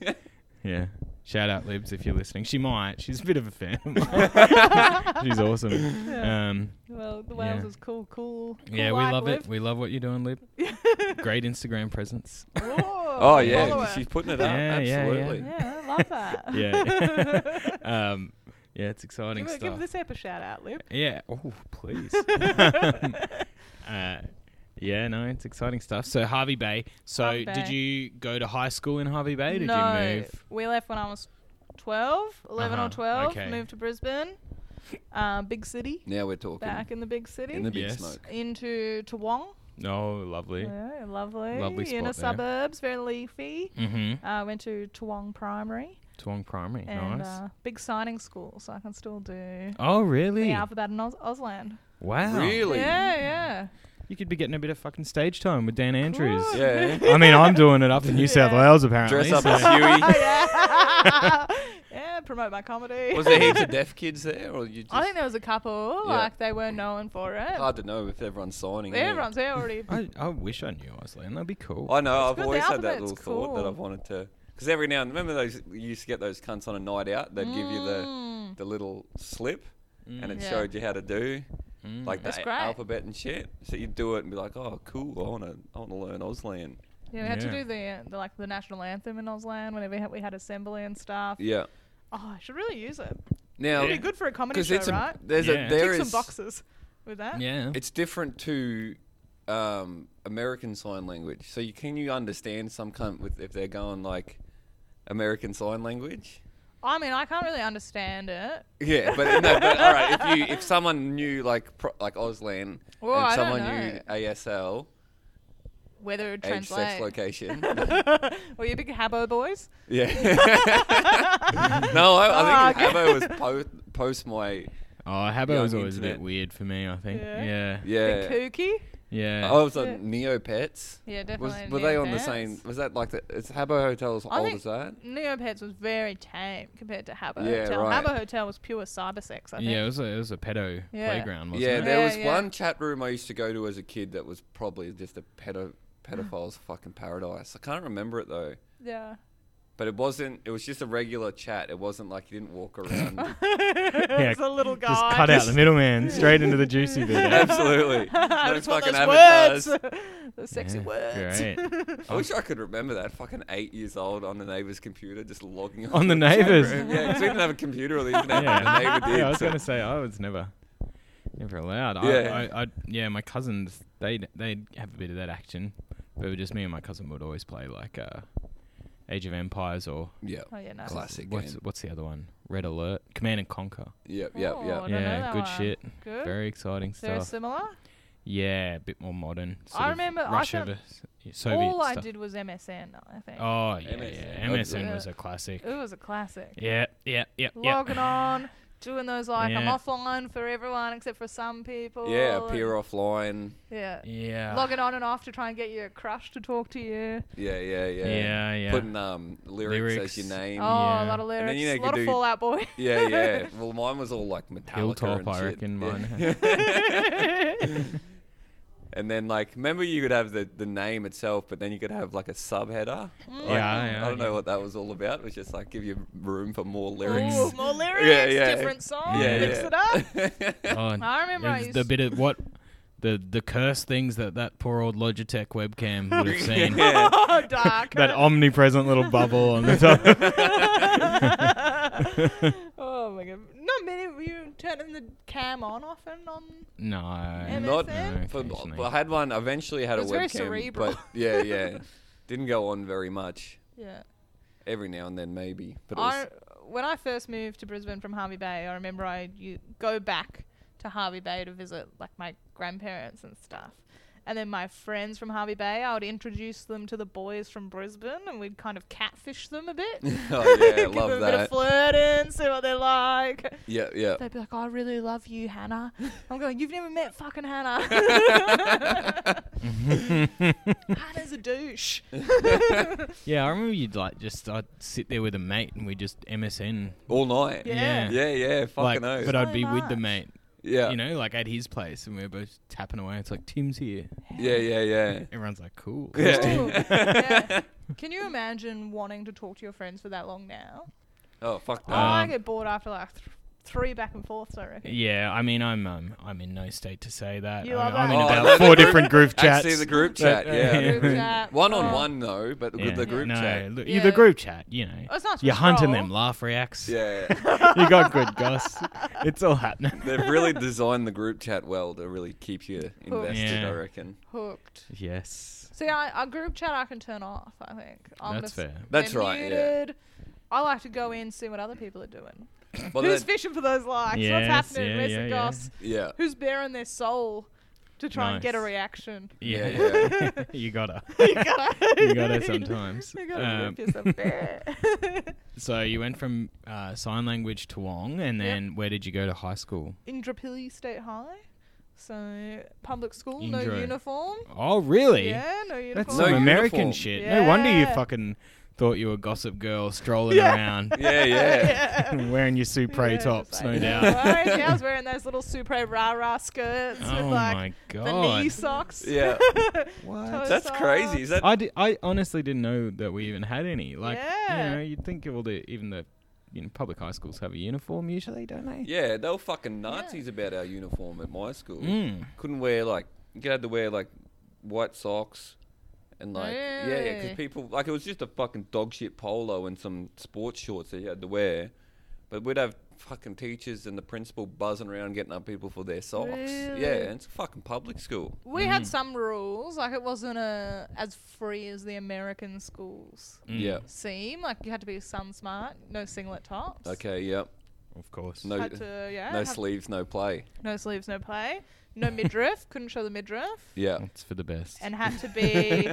S2: yeah. Shout out Libs if you're listening. She might. She's a bit of a fan. of mine. She's awesome. Um,
S3: Well, the Wales
S2: Yeah.
S3: is cool, cool. cool
S2: yeah, we
S3: like
S2: love
S3: Liv.
S2: it. We love what you're doing, Lib. Great Instagram presence.
S3: Whoa,
S1: Oh
S3: follow
S1: yeah,
S3: her.
S1: she's putting it up.
S2: Yeah, yeah, yeah.
S1: Absolutely.
S3: Yeah, I love that.
S2: Yeah. um, yeah, it's exciting
S3: give, it-
S2: stuff.
S3: give this app a shout out, Lib.
S2: yeah. Oh, please. uh, yeah, no, it's exciting stuff. So Harvey Bay. So
S3: Harvey
S2: did
S3: Bay.
S2: you go to high school in Harvey Bay? Did
S3: no,
S2: you move?
S3: we left when I was 12, 11
S2: Uh-huh,
S3: or 12,
S2: okay.
S3: moved to Brisbane, uh, big city,
S1: Now we're talking.
S3: back in the big city,
S1: in the big
S2: Yes.
S1: smoke.
S3: into Toowong.
S2: Oh, lovely.
S3: Yeah, lovely.
S2: Lovely
S3: Inner
S2: spot there.
S3: suburbs, very leafy.
S2: Mm-hmm.
S3: Uh, went to Toowong Primary
S2: Tuong Primary.
S3: and
S2: nice.
S3: uh, big signing school, so I can still do
S2: oh, really?
S3: the alphabet in Oz- Auslan.
S2: Wow.
S1: Really?
S3: Yeah, yeah.
S2: You could be getting a bit of fucking stage time with Dan Andrews.
S3: Cool.
S1: Yeah.
S2: I mean, I'm doing it up in New South
S3: Yeah.
S2: Wales apparently.
S1: Dress up
S2: so-
S1: as Huey.
S3: yeah. yeah, promote my comedy.
S1: Was there heaps of deaf kids there, or you just?
S3: I think there was a couple,
S1: Yeah.
S3: like they were known for it.
S1: hard to know if everyone's signing. there.
S3: Everyone's there already.
S2: I, I wish I knew Iceland. That'd be cool.
S1: I know.
S3: good,
S1: I've
S3: the
S1: always had that
S3: alphabet's
S1: little thought that
S3: cool.
S1: I've wanted to. Because every now and remember those you used to get those cunts on a night out. They'd give you the
S3: Mm.
S1: the little slip, and it
S3: Yeah.
S1: showed you how to do
S2: Mm.
S1: like
S3: That's
S1: the a-
S3: great.
S1: alphabet and shit. So you'd do it and be like, oh, cool. I wanna I wanna learn Auslan.
S3: Yeah, we had
S2: Yeah.
S3: to do the, uh, the like the national anthem in Auslan whenever we had, we had assembly and stuff.
S1: Yeah.
S3: Oh, I should really use it.
S1: Now,
S3: It'd be good for a comedy
S1: because
S3: show,
S1: it's a,
S3: right?
S1: there's
S2: Yeah.
S1: a there
S3: Tick some
S1: is-
S3: boxes with that.
S2: yeah.
S1: it's different to um, American Sign Language. So you can you understand some kind with if they're going like American Sign Language?
S3: I mean, I can't really understand it.
S1: Yeah, but no, but all right. If you if someone knew like pro, like Auslan
S3: Well,
S1: and
S3: I don't
S1: someone
S3: know.
S1: knew ASL,
S3: Whether it
S1: age, sex,
S3: translates.
S1: location,
S3: Were you big Habbo boys?
S1: yeah. no, I, I think
S3: Oh,
S1: Habbo was post, post my
S2: Oh, Habbo
S1: Young
S2: was always a
S1: internet.
S2: bit weird for me. I think.
S3: Yeah.
S2: Yeah.
S1: yeah.
S3: Big kooky?
S2: Yeah.
S1: Oh, was that
S3: Yeah.
S1: Neopets?
S3: Yeah,
S1: Was,
S3: definitely.
S1: were they on the
S3: Neopets.
S1: same? Was that like the? It's Habbo Hotel's
S3: I
S1: old
S3: think-
S1: as that?
S3: Neopets was very tame compared to Habbo
S1: Yeah,
S3: Hotel.
S1: right.
S3: Habbo Hotel was pure cyber sex, I think.
S2: yeah, it was a it was a pedo
S3: Yeah.
S2: playground, wasn't
S1: Yeah,
S2: it?
S3: that-
S1: there
S3: Yeah,
S1: was
S3: yeah.
S1: one chat room I used to go to as a kid that was probably just a pedo pedophile's fucking paradise. I can't remember it though.
S3: Yeah.
S1: But it wasn't. It was just a regular chat. It wasn't like you didn't walk around.
S3: it was a little guy.
S2: Just cut out the middleman, straight into the juicy bit.
S1: Absolutely,
S3: I
S1: no
S3: just want
S1: fucking
S3: those
S1: avatars.
S3: words. those sexy
S2: Yeah,
S3: words.
S2: Great.
S1: I wish I could remember that. Fucking eight years old on the neighbor's computer, just logging
S2: On the
S1: to chat
S2: neighbor's?
S1: room. Yeah, because we didn't have a computer or the internet. but
S2: yeah.
S1: The neighbor did.
S2: yeah, I was
S1: so-
S2: gonna say I was never, never allowed. I,
S1: Yeah.
S2: I, I, yeah, my cousins they they'd have a bit of that action, but it was just me and my cousin would always play like uh, Age of Empires or
S1: yeah.
S3: Oh, yeah, no.
S1: Classic
S2: what's
S1: game.
S2: what's the other one? Red Alert, Command and Conquer.
S1: Yep, yep,
S3: Oh,
S1: yep.
S3: I don't know
S2: yeah,
S3: that
S2: good
S3: one.
S2: shit.
S3: Good.
S2: Very exciting
S3: They're
S2: stuff.
S3: similar.
S2: Yeah, a bit more modern. sort
S3: I
S2: of
S3: remember I
S2: Russia
S3: found-
S2: vers- Soviet
S3: All I
S2: stuff.
S3: did was MSN, I think.
S2: Oh yeah,
S1: MSN.
S2: yeah. MSN
S3: Yeah.
S2: was a classic.
S3: It was a classic.
S2: Yeah, yeah, yeah, yeah.
S3: Logging on, doing those like I'm
S2: Yeah.
S3: offline for everyone except for some people.
S1: Yeah,
S3: and-
S1: appear offline.
S3: Yeah.
S2: Yeah.
S3: Logging on and off to try and get your crush to talk to you.
S1: Yeah, yeah, yeah.
S2: Yeah, yeah.
S1: Putting um lyrics,
S2: Lyrics.
S1: as your
S3: Oh,
S1: name.
S3: a
S2: Yeah.
S1: And
S3: lot of
S1: then
S3: lyrics,
S1: you
S3: a
S1: know,
S3: lot
S1: you
S3: of
S1: do-
S3: Fallout Boy.
S1: Yeah, yeah. Well, mine was all like Metallica
S2: Hilltop,
S1: and
S2: I
S1: shit.
S2: reckon
S1: Yeah.
S2: mine.
S1: And then like, remember you could have the, the name itself, but then you could have like a subheader. Like,
S2: yeah,
S1: I don't know
S2: yeah.
S1: what that was all about. It was just like give you room for more lyrics.
S3: Ooh, more lyrics,
S1: Yeah, yeah.
S3: different songs,
S1: Yeah,
S3: mix
S1: yeah.
S3: it up.
S2: Oh,
S3: I remember
S2: it
S3: I
S2: was
S3: used
S2: the bit of what the the cursed things that that poor old Logitech webcam would have seen.
S1: yeah.
S3: oh, dark.
S2: That omnipresent little bubble on the top.
S3: oh my god. Not many were you turning the cam on often on
S2: no.
S3: And
S1: Not
S3: MSN?
S1: for,
S2: Occasionally.
S1: but I had one. Eventually had
S3: It was
S1: a
S3: very
S1: webcam,
S3: cerebral.
S1: but yeah, yeah, didn't go on very much.
S3: Yeah.
S1: Every now and then maybe, but it
S3: I
S1: was,
S3: when I first moved to Brisbane from Harvey Bay, I remember I you go back to Harvey Bay to visit like my grandparents and stuff. And then my friends from Harvey Bay, I would introduce them to the boys from Brisbane and we'd kind of catfish them a bit.
S1: oh yeah,
S3: Give
S1: love
S3: them a bit of
S1: that.
S3: flirting, see what they're like.
S1: Yeah, yeah.
S3: They'd be like, I really love you, Hannah. I'm going, You've never met fucking Hannah. Hannah's a douche.
S2: Yeah, I remember you'd like just I'd sit there with a mate and we just MSN.
S1: All night.
S3: Yeah.
S1: Yeah, yeah, fucking
S2: Like,
S1: oath.
S2: but I'd be
S3: So
S2: with the
S3: much.
S2: mate,
S1: yeah.
S2: you know, like at his place, and we are both tapping away. It's like Tim's here.
S1: yeah, yeah, yeah.
S2: Everyone's like, "Cool."
S1: Yeah.
S3: Ooh, yeah. Can you imagine wanting to talk to your friends for that long now?
S1: Oh, fuck
S3: Oh,
S1: that.
S3: I
S2: Um,
S3: get bored after like th- three back and forths, I reckon.
S2: Yeah, I mean, I'm um, I'm in no state to say that.
S3: You
S2: I'm,
S3: love
S2: I'm
S3: that.
S2: in
S1: Oh,
S2: about
S1: that's
S2: four
S1: the group-
S2: different group chats.
S1: Actually, the group chat,
S2: Uh,
S1: yeah.
S2: yeah. Group
S3: chat.
S1: One on
S3: Oh.
S1: one, no, but
S2: Yeah.
S1: the group
S2: no,
S1: chat.
S2: look,
S3: Yeah.
S2: the group chat. You know,
S3: Oh, it's nice.
S2: you're
S3: to
S2: hunting
S3: scroll.
S2: them laugh reacts.
S1: Yeah.
S2: you got good goss. It's all happening.
S1: They've really designed the group chat well to really keep you invested, I
S2: Yeah.
S1: reckon.
S3: Hooked.
S2: Yes.
S3: See, I, our group chat I can turn off, I think. I'm
S2: That's
S3: just-
S2: fair.
S1: That's
S3: they're
S1: right, yeah.
S3: muted. I like to go in, see what other people are doing.
S1: Well,
S3: Who's
S1: that-
S3: fishing for those likes? What's
S2: Yes,
S3: happening?
S2: yeah,
S3: Where's
S2: yeah,
S3: the
S2: yeah.
S3: goss?
S1: yeah.
S3: Who's bearing their soul to try and get a
S2: Nice.
S3: reaction?
S1: Yeah,
S2: you gotta.
S3: you gotta,
S2: You gotta sometimes.
S3: you gotta
S2: Um,
S3: rip yourself bare.
S2: so you went from uh, sign language to Wong, and
S3: Yep.
S2: then where did you go to high school?
S3: Indrapilli State High. So public school, no
S2: Indra.
S3: uniform.
S2: Oh, really?
S3: Yeah, no
S2: That's
S3: uniform.
S1: No
S2: some American
S1: uniform.
S2: shit. No wonder you
S3: Yeah.
S2: fucking thought you were gossip girl strolling
S3: Yeah.
S2: around.
S1: Yeah, yeah.
S3: yeah.
S2: Wearing your Supre
S3: Yeah, it's
S2: tops,
S3: like-
S2: no doubt.
S3: Yeah, right? Yeah, I was wearing those little Supre rah rah skirts with
S2: Oh
S3: like
S2: my
S3: the
S2: god!
S3: knee socks.
S1: Yeah.
S3: Toe
S2: What?
S1: That's crazy. Is that
S2: I, di- I honestly didn't know that we even had any. Like,
S3: Yeah.
S2: you know, you'd think all the even the you know, public high schools have a uniform usually, don't they?
S1: Yeah, they were fucking Nazis about our uniform at my school.
S2: Mm.
S1: Couldn't wear like you had to wear like white socks and like yeah, yeah,
S3: Really?
S1: because people like it was just a fucking dog shit polo and some sports shorts that you had to wear. But we'd have fucking teachers and the principal buzzing around getting up people for their socks.
S3: Really?
S1: Yeah, and it's a fucking public school.
S3: We
S2: Mm.
S3: had some rules, like it wasn't uh, as free as the American schools
S1: Yeah.
S2: Mm.
S3: seem. Like you had to be sun smart, no singlet tops.
S1: Okay. Yep.
S2: Of course.
S1: No.
S3: Had to, yeah,
S1: no
S3: have-
S1: sleeves, no play.
S3: no sleeves, no play, no midriff. Couldn't show the midriff,
S1: Yeah.
S2: It's for the best.
S3: and had to be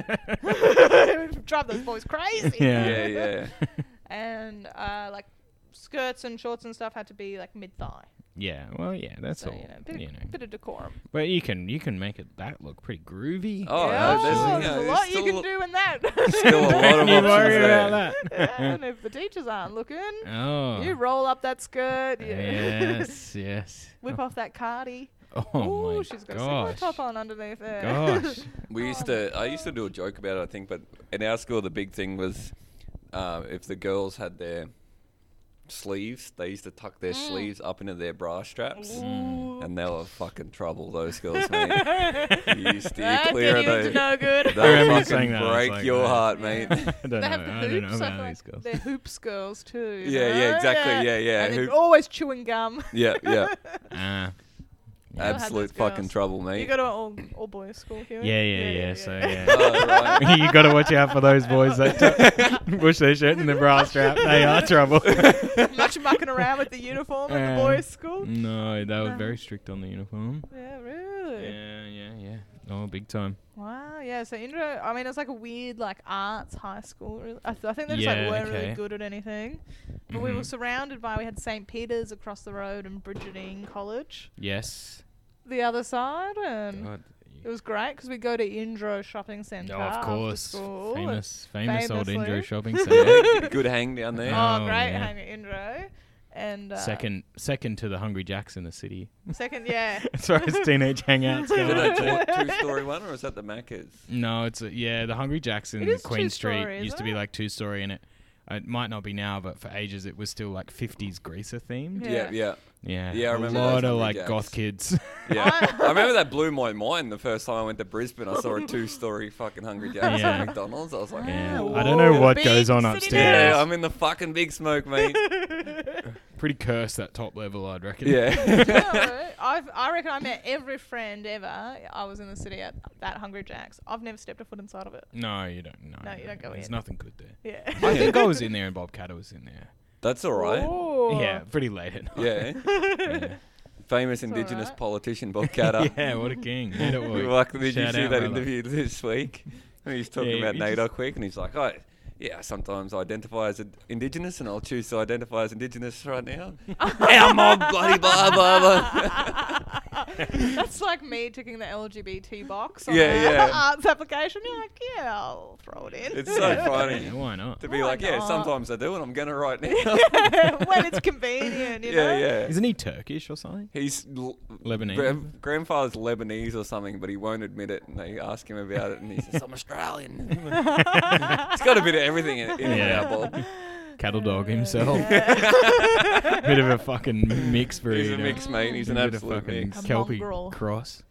S3: drive those boys crazy.
S2: Yeah.
S1: Yeah, yeah.
S3: And uh, like skirts and shorts and stuff had to be like mid thigh.
S2: Yeah, well, yeah, that's
S3: So
S2: all.
S3: you know, bit of, bit of decorum.
S2: but you can you can make it that look pretty groovy.
S1: Oh,
S3: yeah,
S1: no, there's, you
S3: there's
S1: know,
S3: a lot
S1: still
S3: you can
S1: a-
S3: do in that.
S1: still a lot of
S2: you
S1: options
S2: worry
S1: there.
S2: about that.
S3: and if the teachers aren't looking,
S2: oh,
S3: you roll up that skirt. You
S2: yes, yes.
S3: Whip off that cardi.
S2: Oh
S3: Ooh,
S2: my
S3: she's got a
S2: gosh.
S3: singlet top on underneath there.
S2: Gosh.
S1: We used to. I used to do a joke about it, I think, but in our school, the big thing was uh, if the girls had their sleeves, they used to tuck their sleeves up into their bra straps,
S3: Mm. Ooh.
S1: and they were fucking trouble. Those girls, mate. you used to you
S3: That
S1: clear
S3: did
S1: of
S3: you to
S1: those.
S3: no good.
S2: I remember
S1: They'll
S2: you saying
S1: fucking
S2: that, I was
S1: break
S2: like,
S1: your
S2: "Yeah."
S1: heart, mate.
S2: I don't
S3: they
S2: know.
S3: have the
S2: I don't know
S3: hoops. I
S2: about
S3: feel
S2: these
S3: like
S2: girls.
S3: They're hoops girls too.
S1: Yeah, yeah,
S3: right?
S1: exactly, yeah, yeah,
S3: And
S1: hoop-
S3: they're always chewing gum.
S1: yeah, yeah.
S2: Ah.
S3: had those
S1: Absolute fucking
S3: girls.
S1: trouble,
S3: You
S1: mate.
S3: go to an all, all boys school here.
S2: Yeah, yeah, yeah. So yeah.
S1: Oh, right.
S2: you got to watch out for those boys that t- push their shirt in the bra strap. They are trouble.
S3: Much mucking around with the uniform at the
S2: Uh,
S3: boys' school.
S2: no, they were
S3: No.
S2: very strict on the uniform.
S3: Yeah, really.
S2: Yeah, yeah, yeah. Oh, big time.
S3: Wow. Yeah. So Indra, I mean, it's like a weird like arts high school. really. I, th- I think they just
S2: Yeah,
S3: like weren't
S2: okay.
S3: really good at anything. But we were
S2: Mhm.
S3: surrounded by we had St. Peter's across the road and Bridgetine College
S2: Yes.
S3: the other side, and
S2: God.
S3: it was great because we go to Indra Shopping Centre.
S2: No, of
S3: after
S2: course.
S3: school, and-
S2: Famous, famous old Indro
S3: famously.
S2: shopping centre.
S1: Good hang down there.
S2: Oh,
S3: Oh, great
S2: yeah.
S3: hang at Indra. And uh,
S2: second, second to the Hungry Jacks in the city.
S3: second, yeah.
S2: As far as teenage hangouts
S1: Is
S2: go.
S1: it a two story one or is that the Macca's?
S2: No, it's a, yeah, the Hungry Jacks
S3: It
S2: in
S3: is
S2: Queen Street
S3: two-story,
S2: used to
S3: isn't
S2: be
S3: it?
S2: like two story, and it it might not be now, but for ages it was still like fifties greaser themed.
S1: Yeah,
S3: Yeah.
S1: yeah.
S2: Yeah,
S1: Yeah, I
S2: a
S1: remember
S2: lot
S1: those
S2: of
S1: Hungry
S2: like
S1: Jacks.
S2: goth kids.
S1: Yeah, I remember that blew my mind the first time I went to Brisbane. I saw a two-story fucking Hungry Jack's
S2: Yeah.
S1: at McDonald's. I was like,
S2: Yeah.
S1: "Whoa."
S2: I don't know
S3: Ah, Whoa,
S2: what
S3: big
S2: goes on
S3: city
S2: upstairs.
S1: Yeah, I'm in the fucking big smoke, mate.
S2: Pretty cursed that top level, I'd reckon.
S1: yeah,
S3: no, I've, I reckon I met every friend ever. I was in the city at that Hungry Jack's. I've never stepped a foot inside of it.
S2: No, you don't. No,
S3: No, you don't go
S2: There's
S3: in.
S2: nothing good there.
S3: Yeah.
S2: I think I was in there, and Bob Catter was in there.
S1: that's all right.
S3: Ooh.
S2: Yeah, pretty late at night.
S1: Yeah,
S2: yeah.
S1: famous
S3: all
S1: Indigenous
S3: right.
S1: politician Bob Catter.
S2: Yeah, what a king. Nader Wig.
S1: Like, did you
S2: Shout
S1: see
S2: out,
S1: that
S2: brother.
S1: interview this week? And he's talking
S2: Yeah,
S1: about
S2: he just-
S1: Nader quick, and he's like, "Oh, yeah, I sometimes I identify as ind- Indigenous, and I'll choose to identify as Indigenous right now." Our mob, bloody blah blah blah.
S3: That's like me ticking the LGBT box on
S1: Yeah,
S3: the
S1: yeah.
S3: arts application. You're like, yeah, I'll throw it in.
S1: It's so funny.
S2: Yeah, why not?
S1: to be
S3: Why
S1: like, yeah,
S3: not?
S1: sometimes I do, and I'm gonna right now.
S3: when it's convenient, you know?
S1: yeah, yeah.
S2: Isn't he Turkish or something?
S1: He's l-
S2: Lebanese.
S1: gran- grandfather's Lebanese or something, but he won't admit it. And they ask him about it, and he says, "I'm Australian." it's got a bit of everything in, in
S2: Yeah.
S1: yeah. now, Bob.
S2: Cattle dog himself. Bit of a fucking mix breed.
S1: He's a
S2: huh?
S1: mix, mate. He's an
S2: Bit of
S1: absolute
S2: fucking
S1: mix.
S3: A
S2: Kelpie
S3: mongrel.
S2: cross.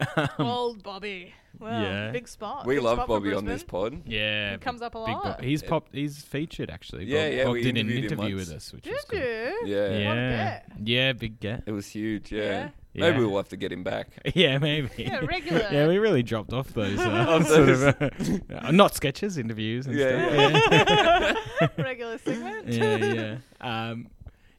S2: Um,
S3: Old Bobby. Well,
S2: Yeah.
S3: big spot.
S1: We
S3: big
S1: love
S3: spot for
S1: Bobby on
S3: Brisbane.
S1: this pod.
S2: Yeah,
S3: He comes up a
S2: big
S3: lot.
S2: Bob. He's popped. He's featured actually.
S1: Yeah,
S2: Bob,
S1: yeah,
S2: Bob
S1: we
S2: did an
S1: interviewed him
S2: interview
S1: once.
S2: with us, which
S3: Did
S2: was cool.
S3: you?
S1: Yeah.
S2: Yeah,
S1: yeah,
S2: yeah,
S3: get.
S2: big get.
S1: it was huge. Yeah.
S3: Yeah.
S1: maybe
S2: Yeah.
S1: we'll have to get him back.
S2: Yeah, maybe.
S3: Yeah, regular.
S2: yeah, we really dropped off those uh,
S1: Of
S2: sort of uh, uh, not sketches, interviews and
S1: Yeah,
S2: stuff.
S3: Regular segment.
S2: yeah, yeah. Um,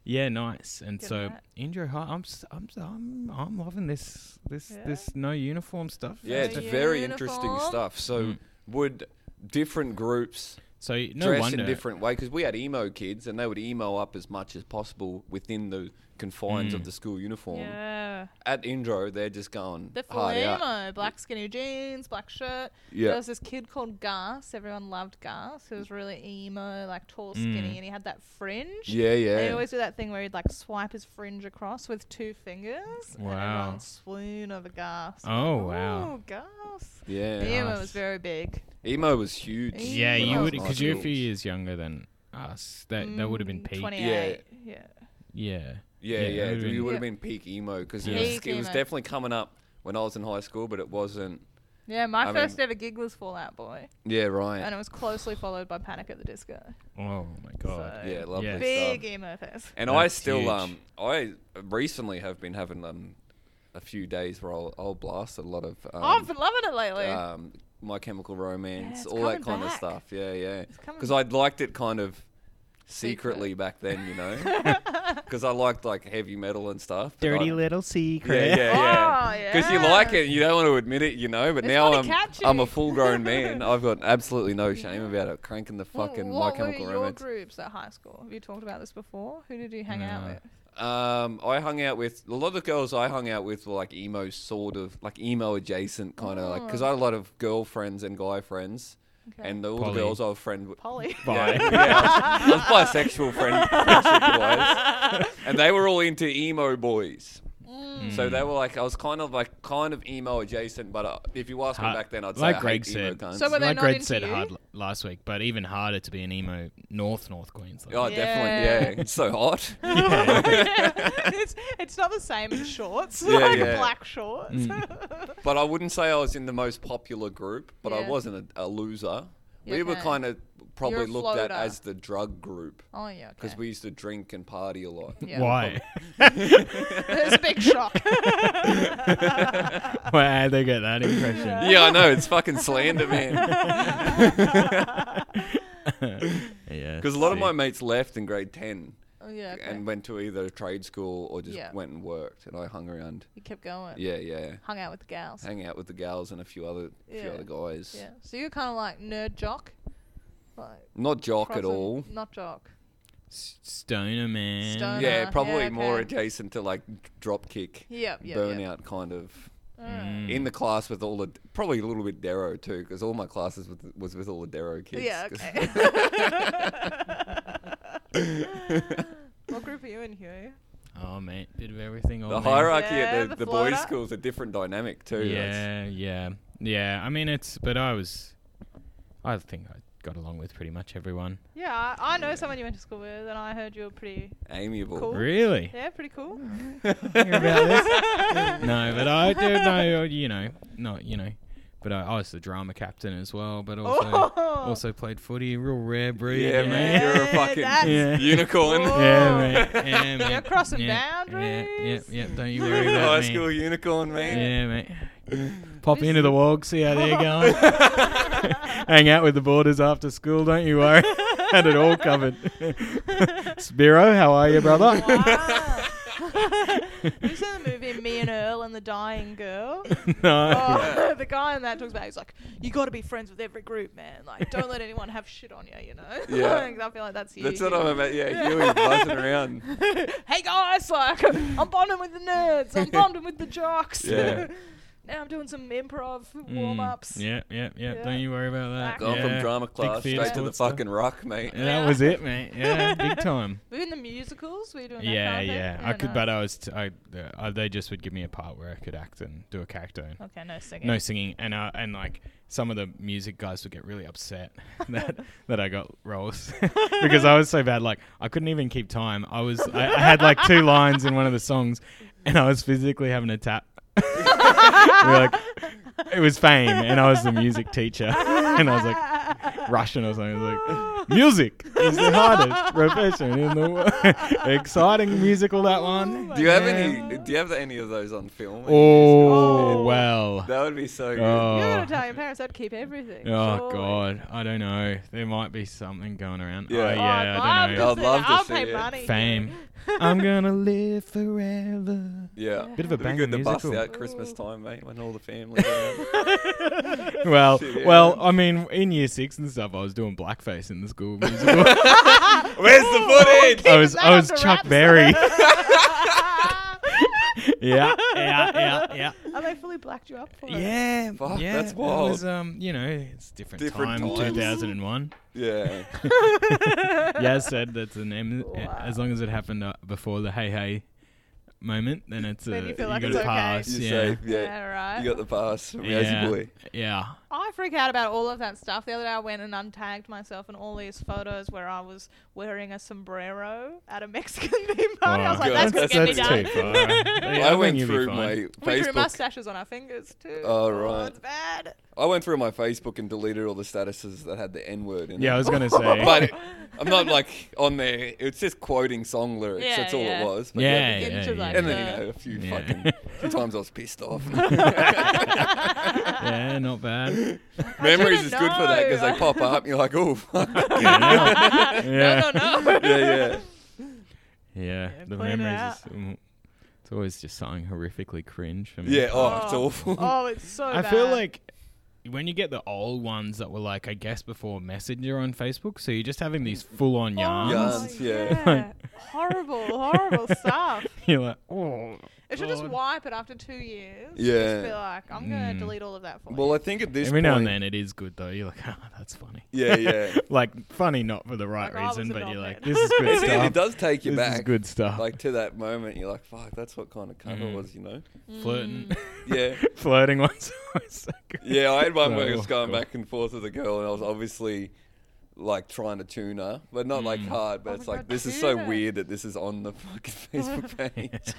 S2: yeah, nice. And
S3: Good
S2: so
S3: night.
S2: Indra, hi- I'm s- I'm s- I'm I'm loving this this
S3: Yeah.
S2: this no uniform stuff.
S1: Yeah,
S3: Yeah,
S1: it's
S3: yeah.
S1: very
S3: Uniform.
S1: interesting stuff. So,
S2: Mm.
S1: would different groups
S2: So y- no
S1: dress
S2: wonder.
S1: in different way because we had emo kids and they would emo up as much as possible within the confines
S2: Mm.
S1: of the school uniform.
S3: Yeah.
S1: At Indro, they're just going
S3: The full
S1: hard out.
S3: emo, black skinny jeans, black shirt. There
S1: Yeah,
S3: was this kid called Gus. Everyone loved Gus. He was really emo, like tall,
S2: Mm.
S3: skinny, and he had that fringe.
S1: yeah,
S3: They
S1: yeah.
S3: always do that thing where he'd like swipe his fringe across with two fingers. And
S2: Wow.
S3: everyone swoon over Gus.
S2: Oh, wow.
S3: Oh, Gus.
S1: yeah,
S3: The emo
S2: Gus.
S3: was very big.
S1: emo was huge.
S2: yeah,
S1: when I
S2: you
S1: was
S2: would
S1: in high
S2: because you're a
S1: school.
S2: few years younger than us. That that would have been
S3: Mm,
S2: peak.
S3: 28. Yeah.
S2: Yeah.
S1: Yeah,
S2: Yeah,
S1: yeah,
S2: that would've been-
S1: you would have
S3: Yeah.
S1: been peak emo because it,
S2: Yeah.
S1: was-
S3: Peak
S1: it was
S3: emo.
S1: definitely coming up when I was in high school, but it wasn't.
S3: Yeah, my
S1: I
S3: first
S1: mean-
S3: ever gig was Fallout Boy,
S1: Yeah,
S3: and
S1: right.
S3: it was closely followed by Panic at the Disco.
S2: Oh my god.
S3: So-
S1: Yeah, lovely
S2: Yeah.
S1: stuff.
S3: Big emo fest.
S1: And I
S2: That's
S1: still,
S2: huge.
S1: um, I recently have been having um, a few days where I'll, I'll blast a lot of. Um,
S3: I've been loving it lately.
S1: um, My Chemical
S3: Yeah,
S1: Romance,
S3: it's
S1: all that
S3: coming
S1: kind of
S3: back.
S1: stuff. Yeah, yeah.
S3: coming
S1: Because I liked it kind of secretly back then, you know. Because I liked like heavy metal and stuff. but I-
S2: little
S1: Yeah, yeah,
S3: Oh,
S1: yeah. Because you like
S3: yeah.
S1: it, and you don't want to admit it, you know. But
S3: It's
S1: now
S3: kinda
S1: I'm
S3: catchy.
S1: I'm a full grown man. I've got absolutely no shame about it. Cranking the
S3: Wha-
S1: fucking
S3: what
S1: My
S3: were
S1: Chemical
S3: your
S1: Romance.
S3: groups at high school? Have you talked about this before? Who did you hang out
S2: No.
S3: with?
S1: Um, I hung out with a lot of the girls I hung out with were like emo, sort of like emo adjacent kind of like because I had a lot of girlfriends and guy friends,
S3: Okay.
S1: and all
S2: Poly.
S1: the girls I was friend with.
S3: Polly.
S2: Bye.
S1: Yeah, yeah, I was, I was bisexual friend, friendship-wise. and they were all into emo boys. So
S3: Mm.
S2: Hmm.
S1: they were like, I was kind of like kind of emo adjacent, but uh, if you asked me
S2: Ha-
S1: back then, I'd say
S2: like
S1: I
S2: Greg
S1: hate emo
S2: said.
S1: cunts.
S3: So were they
S2: like
S3: not
S2: Greg
S3: into
S2: said
S3: you?
S2: hard l- last week, but even harder to be an emo North North Queensland.
S1: oh,
S3: Yeah.
S1: definitely, yeah. It's so hot.
S3: it's, it's not the same in shorts,
S1: Yeah,
S3: like
S1: yeah.
S3: black shorts.
S1: But I wouldn't say I was in the most popular group, but I
S3: Yeah.
S1: wasn't a, a loser.
S3: Yeah,
S1: we were
S3: okay.
S1: kind of probably
S3: You're a
S1: looked at
S3: floater.
S1: as the drug group
S3: oh yeah,
S1: because
S3: okay.
S1: we used to drink and party a lot.
S3: Yeah.
S2: Why?
S3: There's a big shock.
S2: Why would they get that impression?
S1: yeah, I know. It's fucking slander, man.
S2: Yeah.
S1: Because a lot of
S2: see.
S1: my mates left in grade 10
S3: Oh, yeah, okay.
S1: and went to either trade school or just
S3: Yeah.
S1: went and worked, and I hung around.
S3: you kept going.
S1: Yeah, yeah.
S3: Hung out with the gals.
S1: Hang out with the gals and a few other few
S3: Yeah.
S1: other guys.
S3: Yeah. So you're kind of like nerd jock. Like
S1: Not jock at
S3: crossing-
S1: all.
S3: Not jock.
S2: S- Stoner man.
S3: Stoner.
S1: Yeah,
S3: Uh-huh.
S1: probably
S3: Yeah,
S1: more
S3: okay.
S1: adjacent to like drop kick,
S3: Yep, yep,
S1: burnout
S3: yep.
S1: kind of
S3: Alright.
S2: Mm.
S1: in the class with all the probably a little bit Darrow too, because all my classes with, was with all the Darrow kids.
S3: Yeah,
S1: 'cause-
S3: okay. what group are you in, Hugh?
S2: Oh man, bit of everything. all
S1: The
S2: Oh, man.
S1: hierarchy
S3: Yeah,
S1: at the,
S3: the
S1: the, boys'
S3: Florida.
S1: school's a different dynamic too. That's-
S2: Yeah, yeah, yeah. I mean, it's but I was, I think I got along with pretty much everyone.
S3: Yeah, I, I know someone you went to school with, and I heard you were pretty.
S1: amiable.
S3: Cool.
S2: Really?
S3: Yeah, pretty cool.
S2: Hear about this? no, but I do know. You know, not you know, but I, I was the drama captain as well. But
S3: Oh.
S2: also also played footy. Real rare breed.
S1: Yeah,
S2: you
S1: man,
S2: know?
S1: you're a
S3: Yeah,
S1: fucking
S3: that's-
S2: Yeah.
S1: unicorn.
S3: Whoa.
S2: Yeah, man. Yeah, man.
S3: You're crossing
S2: yeah,
S3: boundaries.
S2: Yeah, yeah, yeah. Don't you worry about
S1: High
S2: me.
S1: school unicorn, man.
S2: Yeah, mate. Pop into the walk, see how they're going. Hang out with the boarders after school, don't you worry. Had it all covered. Spiro, how are you, brother?
S3: Wow. you seen the movie Me and Earl and the Dying Girl?
S2: no.
S3: Oh, the guy in that talks about he's like, you got to be friends with every group, man. Like, don't let anyone have shit on you, you know.
S1: Yeah.
S3: Like, I feel like that's you.
S1: That's what
S3: Hugh.
S1: I'm about. Yeah, Huey buzzing around.
S3: hey guys, like I'm bonding with the nerds, I'm bonding with the jocks.
S1: Yeah.
S3: now I'm doing some improv
S2: Mm,
S3: warm ups.
S2: Yeah, yeah, yeah,
S3: Yeah.
S2: Don't you worry about that.
S1: Gone
S2: yeah.
S1: from drama
S2: Big
S1: class
S2: theatre
S1: straight to the
S2: sports stuff.
S1: fucking rock, mate.
S2: Yeah, that was it, mate. Yeah, big time.
S3: We're in the musicals. We're doing
S2: yeah,
S3: that kind of
S2: yeah.
S3: Thing?
S2: I could,
S3: nice.
S2: but I was. T- I, uh, they just would give me a part where I could act and do a character. and
S3: Okay, no singing.
S2: no singing and uh, and like some of the music guys would get really upset that that I got roles because I was so bad like I couldn't even keep time I was I, I had like two lines in one of the songs and I was physically having a tap We were like it was fame and I was the music teacher and I was like Russian or something I was like music is the hardest profession in the world exciting musical that one
S1: Do you have
S2: Yeah.
S1: any? Do you have any of those on film?
S2: oh well
S1: that would be so good.
S3: You're
S2: oh.
S3: gonna tell your parents I'd keep everything.
S2: Oh
S3: surely.
S2: God, I don't know. There might be something going around.
S1: Yeah.
S2: Oh,
S1: Oh,
S2: yeah,
S3: I'd
S2: I don't
S3: love to
S1: I'd
S2: know.
S3: see
S1: love
S3: that.
S1: to
S3: I'll
S1: see
S3: pay
S1: it.
S3: money.
S2: Fame. Um, I'm gonna live forever.
S1: Yeah.
S2: Bit of a
S1: It'd be
S2: bang
S1: good to bust
S2: musical.
S1: out Christmas time, mate, when all the family's around.
S2: Well,
S1: Shit, yeah.
S2: well, I mean, in year six and stuff, I was doing blackface in the school musical.
S1: Where's the footage?
S2: I was,
S3: that
S2: I was
S3: under
S2: Chuck
S3: wraps.
S2: Berry.
S3: Ah.
S2: yeah, yeah, yeah, yeah.
S3: And they fully blacked you up for it.
S2: Yeah,
S1: Fuck,
S2: yeah,
S1: that's
S2: it
S1: wild.
S2: was, um, you know, it's different,
S1: Different
S2: time,
S1: times.
S2: 2001.
S1: Yeah.
S2: Yaz said that's an M.
S3: Wow.
S2: As long as it happened uh, before the hey hey moment, then it's a
S3: Then you feel like
S2: got
S3: it's
S2: to
S3: okay.
S2: pass.
S1: You
S2: yeah.
S1: say, yeah.
S3: Yeah, right.
S1: You got the pass from Razzie
S2: yeah.
S1: Boy.
S2: Yeah.
S3: I freak out about all of that stuff. The other day I went and untagged myself in all these photos where I was wearing a sombrero at a Mexican theme party. I was like, that's,
S1: that's-
S3: going to
S1: that's
S3: get me
S1: too
S3: done.
S2: far. Yeah,
S1: I
S2: think
S1: went
S2: you'll be
S1: through
S2: fine.
S1: my
S3: We drew
S1: Facebook.
S3: mustaches on our fingers too.
S1: Oh, right.
S3: it's bad.
S1: I went through my Facebook and deleted all the statuses that had the N word in
S2: Yeah, I
S1: it.
S2: was gonna say.
S1: but it- I'm not like on there. It's just quoting song lyrics.
S3: Yeah,
S1: that's all
S3: yeah.
S1: it was. But
S2: yeah,
S3: get
S2: yeah,
S3: into
S2: yeah.
S3: like
S1: And
S2: yeah.
S1: then
S3: Yeah.
S1: you know a few
S2: Yeah.
S1: fucking few times I was pissed off.
S2: Yeah, not bad.
S1: Memories
S3: didn't
S1: is good for that because they
S3: know.
S1: pop up. and You're like, oh, fuck. yeah,
S2: yeah.
S3: No, no, no.
S1: yeah.
S2: Yeah, The
S3: clean it
S2: memories.
S3: out.
S2: Is, mm, it's always just something horrifically cringe. I mean,
S1: Yeah, oh, it's oh, awful.
S3: Oh, it's so
S2: I
S3: bad.
S2: feel like when you get the old ones that were like, I guess before Messenger on Facebook, so you're just having these full on yarns.
S1: Yarns, yeah.
S3: Oh, yeah. horrible, horrible stuff.
S2: You're like, oh,
S3: It should just
S2: God.
S3: wipe it after two years.
S1: Yeah.
S3: Just be like, I'm gonna delete all of that for
S1: Well,
S3: you.
S1: I think at this
S2: Every now and
S1: point-
S2: then it is good though. You're like, ah, that's funny.
S1: Yeah, yeah.
S2: Like funny, not for the right
S3: Like, I was
S2: reason,
S3: a
S2: but
S3: dog
S2: you're like,
S3: then.
S2: this is good
S1: It,
S2: stuff.
S1: really does take you
S2: this
S1: back.
S2: is good stuff.
S1: Like to that moment, you're like, "Fuck, that's what kind of cunt I
S2: Mm.
S1: was," you know?
S2: flirting,
S1: Yeah,
S2: flirting once. so good.
S1: yeah. I had one where I
S2: Oh,
S1: was going
S2: cool.
S1: back and forth with a girl, and I was obviously like trying to tune her, but not
S2: Mm.
S1: like hard. But
S3: Oh
S1: it's
S3: my
S1: like
S3: God,
S1: this is so
S3: tune her.
S1: weird that this is on the fucking Facebook page.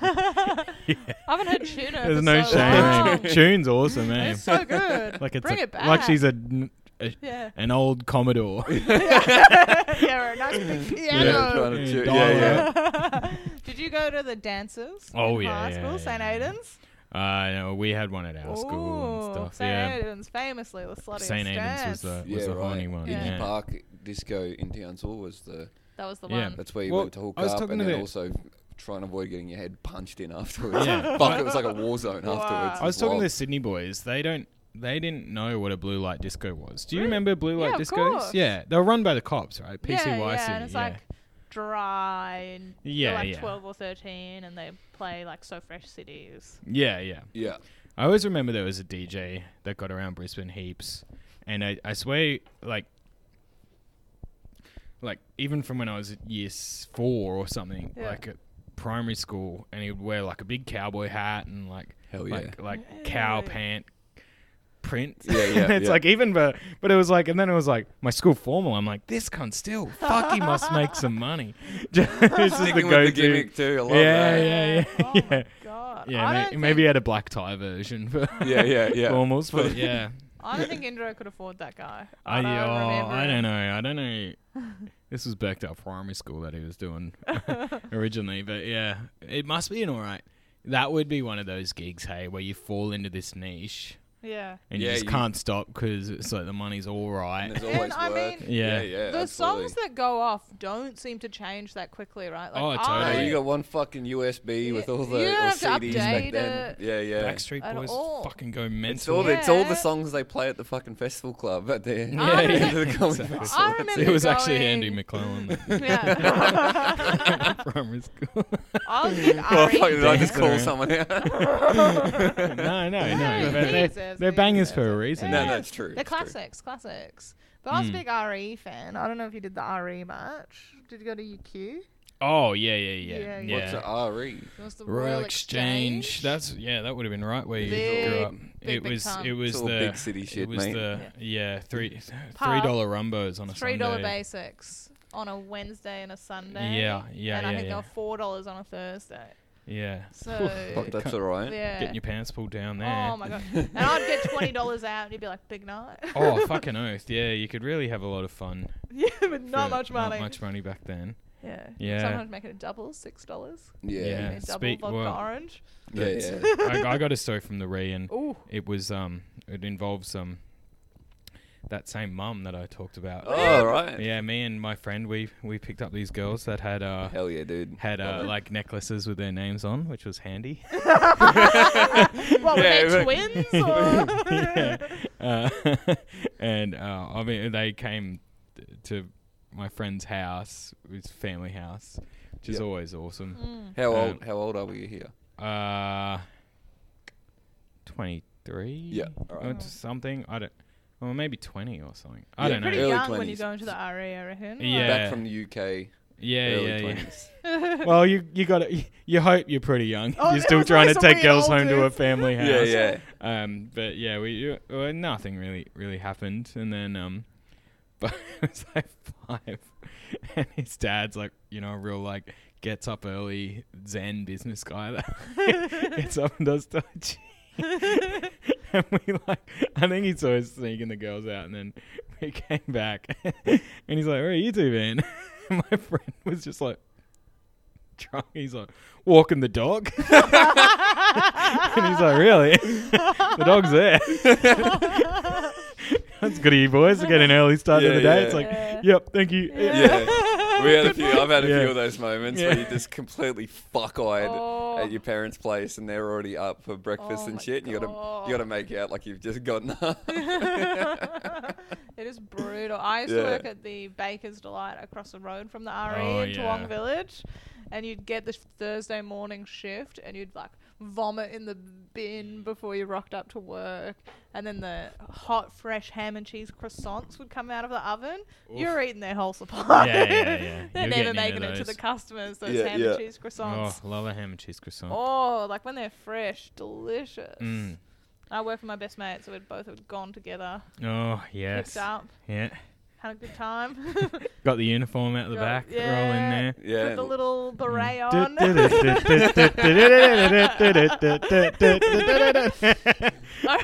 S3: I haven't heard tuna.
S2: There's
S3: for
S2: no
S3: so long.
S2: shame. Tune's awesome, man.
S3: It's so good.
S2: Like it's
S3: Bring
S2: a,
S3: it back.
S2: like she's a, n- a-
S3: yeah.
S2: an old Commodore. Uh,
S3: yeah, we're a nice big
S1: yeah, trying
S3: piano.
S1: to
S2: Yeah,
S1: tune.
S2: dial
S1: Yeah, yeah.
S3: Did you go to the dances?
S2: Oh,
S3: in
S2: yeah,
S3: high
S2: yeah,
S3: school,
S2: yeah,
S3: St.
S2: yeah.
S3: Aidan's.
S2: Uh, no, we had one at our school and
S3: Ooh,
S2: stuff.
S3: St.
S2: yeah,
S3: Aidan's famously the sluttiest
S2: St. Aidan's was
S3: dance.
S2: the
S1: Yeah,
S2: was the
S1: right.
S2: horny one.
S1: Iggy
S2: Yeah.
S1: Park Disco in Townsville was the.
S3: that was the
S2: Yeah,
S3: one.
S1: That's where you
S2: Well,
S1: went to hook
S2: I was
S1: up,
S2: talking
S1: and
S2: to
S1: then
S2: the-
S1: also try and avoid getting your head punched in afterwards.
S2: Yeah.
S1: Fuck, it was like a war zone
S3: Wow.
S1: afterwards.
S2: I was
S1: It's
S2: talking to
S1: wild.
S2: the Sydney boys. They don't. They didn't know what a blue light disco was. Do you remember blue
S3: Yeah,
S2: light
S3: of
S2: discos?
S3: course.
S2: Yeah, they were run by the cops, right? PCY
S3: yeah, yeah,
S2: Sydney.
S3: and it's
S2: yeah.
S3: like dry and
S2: Yeah,
S3: you're like
S2: yeah.
S3: 12 or 13 and they play like So Fresh Cities.
S2: yeah, yeah.
S1: Yeah.
S2: I always remember there was a DJ that got around Brisbane heaps, and I, I swear, like, like even from when I was at year s- four or something,
S3: Yeah.
S2: like at primary school, and he would wear like a big cowboy hat and like
S1: Hell
S2: like like cow
S3: Hey.
S2: pant print.
S1: Yeah, yeah,
S2: And it's
S1: yeah.
S2: like even but but it was like and then it was like my school formal. I'm like this cunt still fuck he must make some money. Just the
S1: Sticking with
S2: go-to.
S1: the gimmick too. I love
S2: Yeah,
S1: that.
S2: yeah, yeah,
S3: Oh
S2: yeah.
S3: my god.
S2: Yeah,
S3: I
S2: may-
S3: don't
S2: maybe he
S3: think,
S2: had a black tie version for
S1: Yeah, yeah, yeah.
S2: formals, but yeah.
S3: I don't think Indra could afford that guy.
S2: I,
S3: I don't
S2: oh,
S3: remember.
S2: I don't know. I don't know. this was back to our primary school that he was doing originally, but yeah, it must be an all right. That would be one of those gigs, hey, where you fall into this niche
S3: Yeah.
S2: and you
S1: Yeah,
S2: just
S1: you-
S2: can't stop because it's like the money's all
S1: And
S2: right.
S1: there's always
S3: And I
S1: work.
S3: mean-
S1: yeah,
S2: Yeah.
S1: yeah.
S3: the
S1: absolutely.
S3: songs that go off don't seem to change that quickly, right?
S2: Oh,
S1: No,
S2: totally.
S3: I-
S1: you got one fucking USB with all the
S3: You don't
S1: all
S3: have to
S1: CDs
S3: update
S1: back then.
S3: it.
S1: Yeah, yeah.
S2: Backstreet
S3: At
S2: Boys
S3: all.
S2: fucking go
S1: It's all,
S2: mental.
S1: the, it's all
S3: Yeah.
S1: the songs they play at the fucking festival club at the end
S3: I
S1: of
S3: remember-
S1: the comedy
S2: Exactly.
S1: festival.
S3: I remember
S2: it was actually
S3: going-
S2: Andy McClellan that
S3: Yeah.
S2: primary school.
S3: I was with
S1: Oh, fuck,
S3: Ari.
S1: did I just
S2: Dancing
S1: call
S2: around.
S1: someone out? no,
S2: no, no, no.
S3: he
S2: But they're,
S3: deserves it,
S2: they're
S3: he
S2: bangers
S3: deserves
S2: for a
S3: it.
S2: reason. Hmm.
S3: Yeah.
S1: no, it's true.
S3: They're
S1: it's true.
S3: classics, classics. But I was a big RE fan. E, I don't know if you did the RE much. Did you go to UQ?
S2: Oh, yeah, yeah, yeah.
S3: Yeah,
S2: yeah.
S3: yeah.
S1: What's an RE?
S3: It was the
S2: Royal Exchange. That's yeah, that would have been right where you
S3: Big-
S2: grew up.
S3: big,
S2: it
S3: big
S2: was
S3: time.
S2: it was
S1: It's
S2: the
S1: all big city
S2: it
S1: shit,
S2: was
S1: mate.
S2: the yeah three three
S3: Pub.
S2: dollar rumbos on a
S3: three dollar
S2: Sunday.
S3: basics on a Wednesday and a Sunday.
S2: Yeah, yeah,
S3: And
S2: yeah,
S3: I think they
S2: yeah.
S3: were four dollars on a Thursday.
S2: Yeah,
S3: So
S1: Fuck, that's alright.
S3: yeah.
S2: getting your pants pulled down there.
S3: Oh my god! And I'd get twenty dollars out, and you'd be like, "Big night."
S2: Oh, fucking oath! Yeah, you could really have a lot of fun.
S3: yeah, but not
S2: for
S3: much money.
S2: Not much money back then.
S3: Yeah.
S2: Yeah.
S3: Sometimes make it a double, six dollars.
S1: Yeah.
S2: Yeah.
S3: A double
S2: speak-
S3: vodka
S2: well-
S3: orange.
S1: Yeah,
S2: But
S1: yeah.
S2: I, I got a story from the re, and
S3: Ooh.
S2: it was um, it involves um, that same mum that I talked about.
S1: Oh, right.
S2: Yeah, me and my friend we we picked up these girls that had uh
S1: Hell yeah, dude.
S2: had uh,
S1: Love it.
S2: like necklaces with their names on, which was handy.
S3: What were
S1: Yeah, but-
S3: they twins? Or?
S2: Yeah. Uh, and uh, I mean, they came t- to my friend's house, his family house, which is
S1: Yep.
S2: always awesome.
S1: How
S2: Um,
S1: old? How old are we here?
S2: Uh, twenty three.
S1: Yeah, alright.
S2: or something. I don't. Well, maybe twenty or something. I
S1: Yeah,
S2: don't know.
S3: Pretty
S1: Early
S3: young when you
S1: 20s.
S3: go into the RE, I reckon.
S2: Yeah.
S1: Back from the UK.
S2: yeah,
S1: early
S2: yeah, yeah.
S1: 20s.
S2: well, you you got to, you hope you're pretty young.
S3: Oh,
S2: you're
S3: it
S2: still
S3: was
S2: trying to
S3: always some
S2: take
S3: weird
S2: girls
S3: old
S2: home to a
S3: dudes.
S2: family house.
S1: Yeah, yeah.
S2: Um, but yeah, we you- well, nothing really really happened, and then um, but it was like five, and his dad's like you know a real like gets up early Zen business guy that gets up and does tai chi. and we like, I think he saw us sneaking the girls out, and then we came back, and he's like, "Where are you two been?" And my friend was just like, drunk. He's like, "Walking the dog," and he's like, "Really? the dog's there." That's good of you boys to get an early start to
S1: Yeah,
S2: the day.
S1: yeah.
S2: It's like,
S3: Yeah.
S2: "Yep, thank you."
S1: Yeah. we had a few. I've had a
S2: Yeah.
S1: few of those moments where
S2: Yeah.
S1: you just completely fuck-eyed
S3: Oh.
S1: at your parents' place, and they're already up for breakfast
S3: Oh
S1: and
S3: my
S1: shit. And you gotta,
S3: God.
S1: you gotta make out like you've just gotten up.
S3: it is brutal. I used
S1: Yeah.
S3: to work at the Baker's Delight across the road from the RE
S2: Oh,
S3: in
S2: yeah.
S3: Toowong Village, and you'd get the Thursday morning shift, and you'd like vomit in the bin before you rocked up to work, and then the hot, fresh ham and cheese croissants would come out of the oven. You're eating their whole supply.
S2: Yeah, yeah, yeah. You're
S3: They're never
S2: getting into
S3: making it to the
S2: those.
S3: customers. Those
S1: Yeah,
S3: ham
S1: yeah.
S3: and cheese croissants.
S2: Oh, love a ham and cheese croissant.
S3: Oh, like when they're fresh, delicious.
S2: Mm.
S3: I worked for my best mate, so we'd both had gone together,
S2: Oh,
S3: hooked
S2: yes.
S3: up,
S2: Yeah.
S3: had a good time.
S2: Got the uniform out the
S3: Got-
S2: back, roll in
S3: yeah.
S2: there.
S1: Yeah.
S3: With the little beret
S2: Mm.
S3: on. I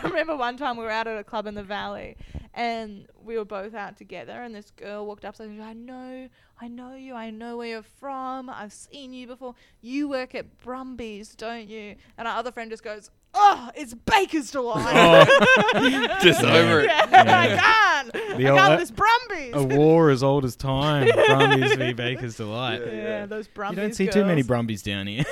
S3: remember one time we were out at a club in the valley and we were both out together and this girl walked up to us and she was like, I know, I know you, I know where you're from, I've seen you before. You work at Brumbies, don't you? And our other friend just goes, Oh, it's Baker's Delight.
S2: Oh.
S1: Just
S2: Yeah.
S1: over it.
S3: Yeah,
S2: Yeah.
S3: I can't.
S2: The
S3: I
S2: old-
S3: can't with this Brumbies.
S2: A war as old as time. Brumbies v Baker's Delight.
S1: Yeah.
S3: yeah, those
S2: You
S3: Brumbies.
S2: don't see too many
S3: girls.
S2: Brumbies down here.